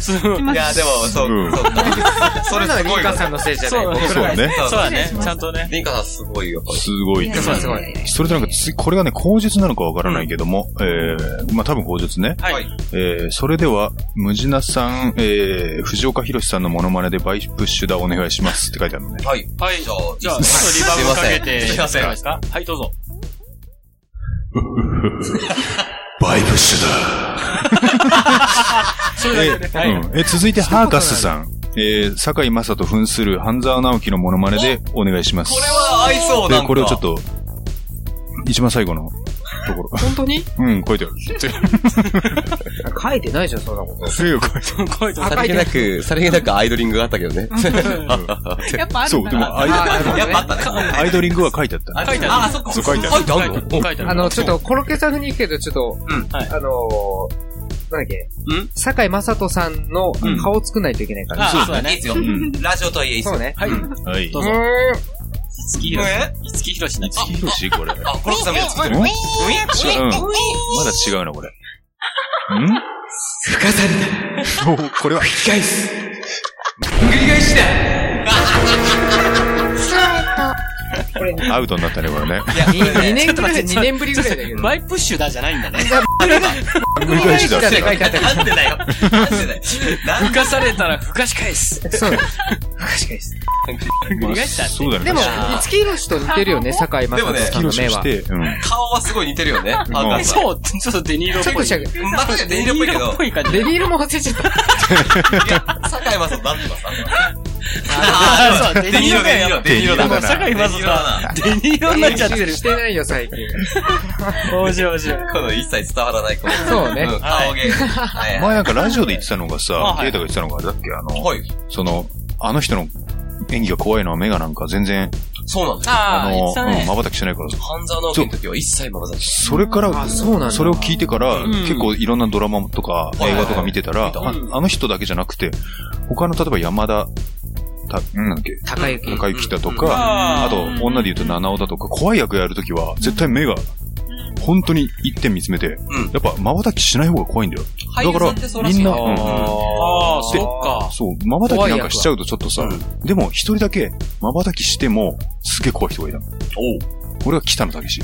Speaker 4: いや、でも、そうう、
Speaker 3: (laughs)
Speaker 2: ん
Speaker 4: そうか。それすごいわ。
Speaker 5: さんのせいじ
Speaker 3: そう
Speaker 2: そうだね。
Speaker 3: そうだね。ちゃんとね。
Speaker 4: リンカさんすごいよ、やっ
Speaker 2: すごい。
Speaker 5: そうすごい。
Speaker 2: それとなんかつ、これがね、口述なのかわからないけども、えー、まあ、多分口述ね。
Speaker 4: ぱり。
Speaker 3: はい。
Speaker 2: えー、それでは、ムジナさん、えー、藤岡弘さんのモノマネでバイプッシュだお願いしますって書いてあるのね。
Speaker 4: はい。
Speaker 3: はい。
Speaker 4: じ
Speaker 3: じ
Speaker 4: ゃ
Speaker 3: ゃ
Speaker 4: あ
Speaker 3: あ、ちょっとリバーブかけて。
Speaker 4: すいません
Speaker 3: いいですかはい、どうぞ。
Speaker 2: バイプッシュだ。
Speaker 3: それだけで。は
Speaker 2: うん。えー、続いて、ハーカスさん。えー、坂井雅人扮する半沢直樹のモノマネでお願いします。
Speaker 4: これは合いそうなん
Speaker 2: で
Speaker 4: だ。、
Speaker 2: これをちょっと、一番最後のところ。本当にうん、書いてある。
Speaker 5: 書いてないじゃん、そんなこと。
Speaker 2: すげえよ、書いて
Speaker 3: 声と
Speaker 4: さりげなく、さりげなくアイドリングがあったけどね。
Speaker 7: やっぱ
Speaker 2: あ
Speaker 7: あ
Speaker 2: る。そ
Speaker 7: るん
Speaker 2: う、
Speaker 7: だ
Speaker 2: でも、アイド
Speaker 5: あ
Speaker 4: やっぱあったね。
Speaker 2: アイドリングは書いてあったね。
Speaker 3: 書いて
Speaker 4: あ
Speaker 3: あ
Speaker 4: ー、そっか。
Speaker 2: そう書いてある
Speaker 4: 書いてあ
Speaker 3: る。
Speaker 4: る
Speaker 3: 書いてある。書いてある。
Speaker 5: あの、ちょっと、コロッケさん風に言うけど、ちょっと、
Speaker 3: うんはい
Speaker 5: あのー、なんだっけ、
Speaker 3: ん
Speaker 5: 坂井正人さんの
Speaker 2: うん
Speaker 5: 顔作んないといけないから。
Speaker 3: あそうだ
Speaker 4: いい
Speaker 3: ね
Speaker 4: っ。すよ
Speaker 2: ん。
Speaker 4: ラジオとはいえいいっす
Speaker 5: そ
Speaker 4: よ
Speaker 5: う。ね。
Speaker 3: はい。
Speaker 2: はい。
Speaker 3: どうぞ。五木ひろし。五木ひろしな。
Speaker 2: ひろしこれ。うん
Speaker 4: あ、コロッケさんもやってる。
Speaker 2: ん
Speaker 4: ウィ
Speaker 2: 違う。うん。ま
Speaker 4: ン
Speaker 2: だ違うな、これ。ん深さりだ。これは。アウトになったね、これね。
Speaker 5: 2年ぐらい、2年ぶりぐらいだけど。
Speaker 3: バイプッシュだじゃないんだ (laughs) ね。
Speaker 2: 繰り返しだ
Speaker 5: って書いてあったか
Speaker 4: なんでだよ。なんでだよ。なん
Speaker 3: ふかされたらふかし返す。
Speaker 5: ら。そう。確かに。
Speaker 3: 繰り返したって
Speaker 2: そうだね。
Speaker 5: でも、
Speaker 2: 確か
Speaker 5: 五木ひろしと似てるよね、坂井正人
Speaker 2: に
Speaker 5: さ
Speaker 2: ひ
Speaker 5: ん
Speaker 2: ろ
Speaker 5: の
Speaker 2: し
Speaker 5: 目
Speaker 2: し
Speaker 5: は。
Speaker 2: て、うん。
Speaker 4: 顔はすごい似てるよね。あ
Speaker 2: ん
Speaker 4: なんか
Speaker 3: そう、ちょっとデニーロっ
Speaker 5: ちょっ
Speaker 3: ぽ
Speaker 5: と
Speaker 3: い。
Speaker 5: した、
Speaker 4: まだデニーロっぽいけど、
Speaker 3: ぽい感じ。
Speaker 5: デニールも忘れちゃった。
Speaker 4: いや、坂井正人だってばさ。
Speaker 3: あ、そう、デ
Speaker 4: デニ
Speaker 3: ニ
Speaker 4: ー
Speaker 3: ー
Speaker 4: ロ
Speaker 3: ロ
Speaker 4: デ
Speaker 3: だ
Speaker 4: ニーロ
Speaker 3: よ。
Speaker 4: デニーロだ
Speaker 3: もう坂井雅
Speaker 4: デニー
Speaker 3: 人
Speaker 4: ロだ
Speaker 3: さん。デニーロになっちゃってる
Speaker 5: 練習。してないよ、最近。
Speaker 3: 面白い面白い。
Speaker 4: この一切伝わらないこの。
Speaker 5: そうね
Speaker 4: ん顔芸。はいは
Speaker 2: 前なんかラジオで言ってたのが
Speaker 3: あ
Speaker 2: さ、
Speaker 3: はい
Speaker 2: ゲータが言ってたのが、だっけ、あ
Speaker 4: い。
Speaker 2: の、
Speaker 4: はい。
Speaker 2: その、あの人の演技が怖いのは目がなんか全然、
Speaker 4: そうなんだよ。
Speaker 3: あ
Speaker 2: あ
Speaker 3: ー、言っ
Speaker 2: の、
Speaker 3: てたね。
Speaker 2: まばたきしないからさ。
Speaker 4: 半沢直樹の時は一切まばたき。
Speaker 2: それから、
Speaker 5: あそうなんだ
Speaker 2: それを聞いてから、
Speaker 3: うん
Speaker 2: 結構いろんなドラマとか
Speaker 4: いはい
Speaker 2: 映画とか見てたら、
Speaker 4: た
Speaker 2: ああの人だけじゃなくて、他の例えば山田、た、んなんだっけ、
Speaker 5: 高雪。
Speaker 2: 高雪だと
Speaker 4: うん
Speaker 2: か、あ
Speaker 3: あ
Speaker 2: と、女で言うと七尾だとか、怖い役やるときは、絶対目が、本当に一点見つめて、
Speaker 4: ん
Speaker 2: やっぱ瞬きしない方が怖いんだよ。
Speaker 4: 俳優さんってそうらしい
Speaker 2: だ
Speaker 4: よ
Speaker 2: からみんなうん
Speaker 3: あー、そっか。
Speaker 2: そう、瞬きなんかしちゃうとちょっとさ、でも一人だけ瞬きしても、すげえ怖い人がいたの。俺は北野武史。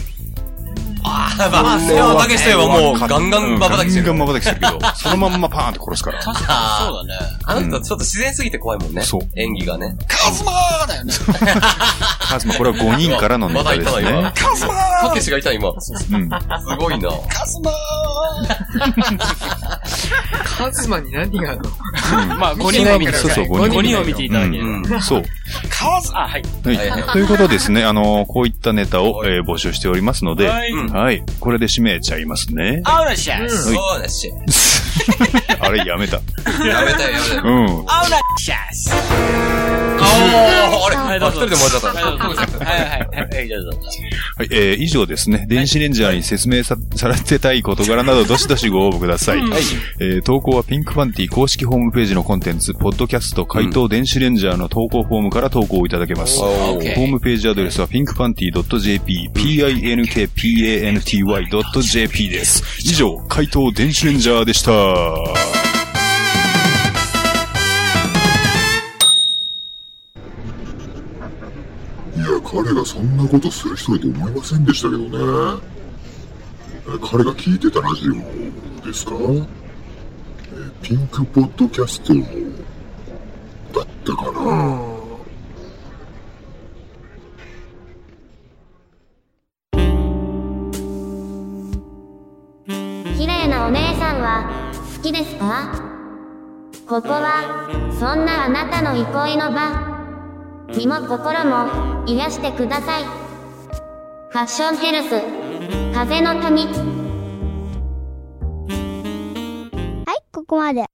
Speaker 4: あー、まあ、それをたけしといえばもう、ガンガンまばたきしてる
Speaker 2: ガン。ガン瞬きするけ
Speaker 4: (laughs)
Speaker 2: ど、そのまんまパーンって殺すから。
Speaker 3: 確かにそうだね。
Speaker 4: あの人ちょっと自然すぎて怖いもんね。
Speaker 2: そう
Speaker 4: 演技がね。
Speaker 3: カズマーだよね。
Speaker 2: カズマ、これは5人からのネタです
Speaker 4: まだいた
Speaker 2: ね
Speaker 4: わ。
Speaker 3: カズマ
Speaker 4: たけしがいた今。す
Speaker 2: うん。
Speaker 4: ごいな。
Speaker 3: カズマ
Speaker 5: カズマに何があるの
Speaker 3: ーまあ、5人を見て
Speaker 2: そうそう
Speaker 3: 5
Speaker 2: 5人
Speaker 3: 人を見ていただければ。
Speaker 2: うんそう。
Speaker 3: カズあ、はい。
Speaker 2: はい
Speaker 4: はいはい
Speaker 2: ということでですね、あの、こういったネタをえー募集しておりますので、
Speaker 3: はい。
Speaker 4: うん
Speaker 2: はい。これで締めちゃいますね。
Speaker 3: アウラシャス
Speaker 4: そうだし。
Speaker 2: あれ、やめた。
Speaker 4: (laughs) やめたよ、やめたよ。
Speaker 2: うん。
Speaker 3: アウラシャス
Speaker 4: おー、あ
Speaker 1: は
Speaker 4: れ、
Speaker 1: い
Speaker 4: あ一人で回っちゃった。
Speaker 1: はいどうぞ
Speaker 3: はいはい、はい、どうぞ。
Speaker 2: はい、えー、以上ですね。電子レンジャーに説明さされてたい事柄 (laughs) など、どしどしご応募ください。はい。えー、投稿はピンクパンティ公式ホームページのコンテンツ、ポッドキャスト、回答電子レンジャーの投稿フォームから投稿いただけます。
Speaker 4: お
Speaker 2: ホームページアドレスは pinkpanty.jp、pinkpanty.jp です。以上、回答電子レンジャーでした。
Speaker 9: いや、彼がそんなことする人だと思いませんでしたけどね。え彼が聞いてたラジオですかえーピンクポッドキャストだったかな
Speaker 1: 綺麗なお姉さんは好きですかここはそんなあなたの憩いの場身も心も癒してくださいファッションヘルス風の谷はいここまで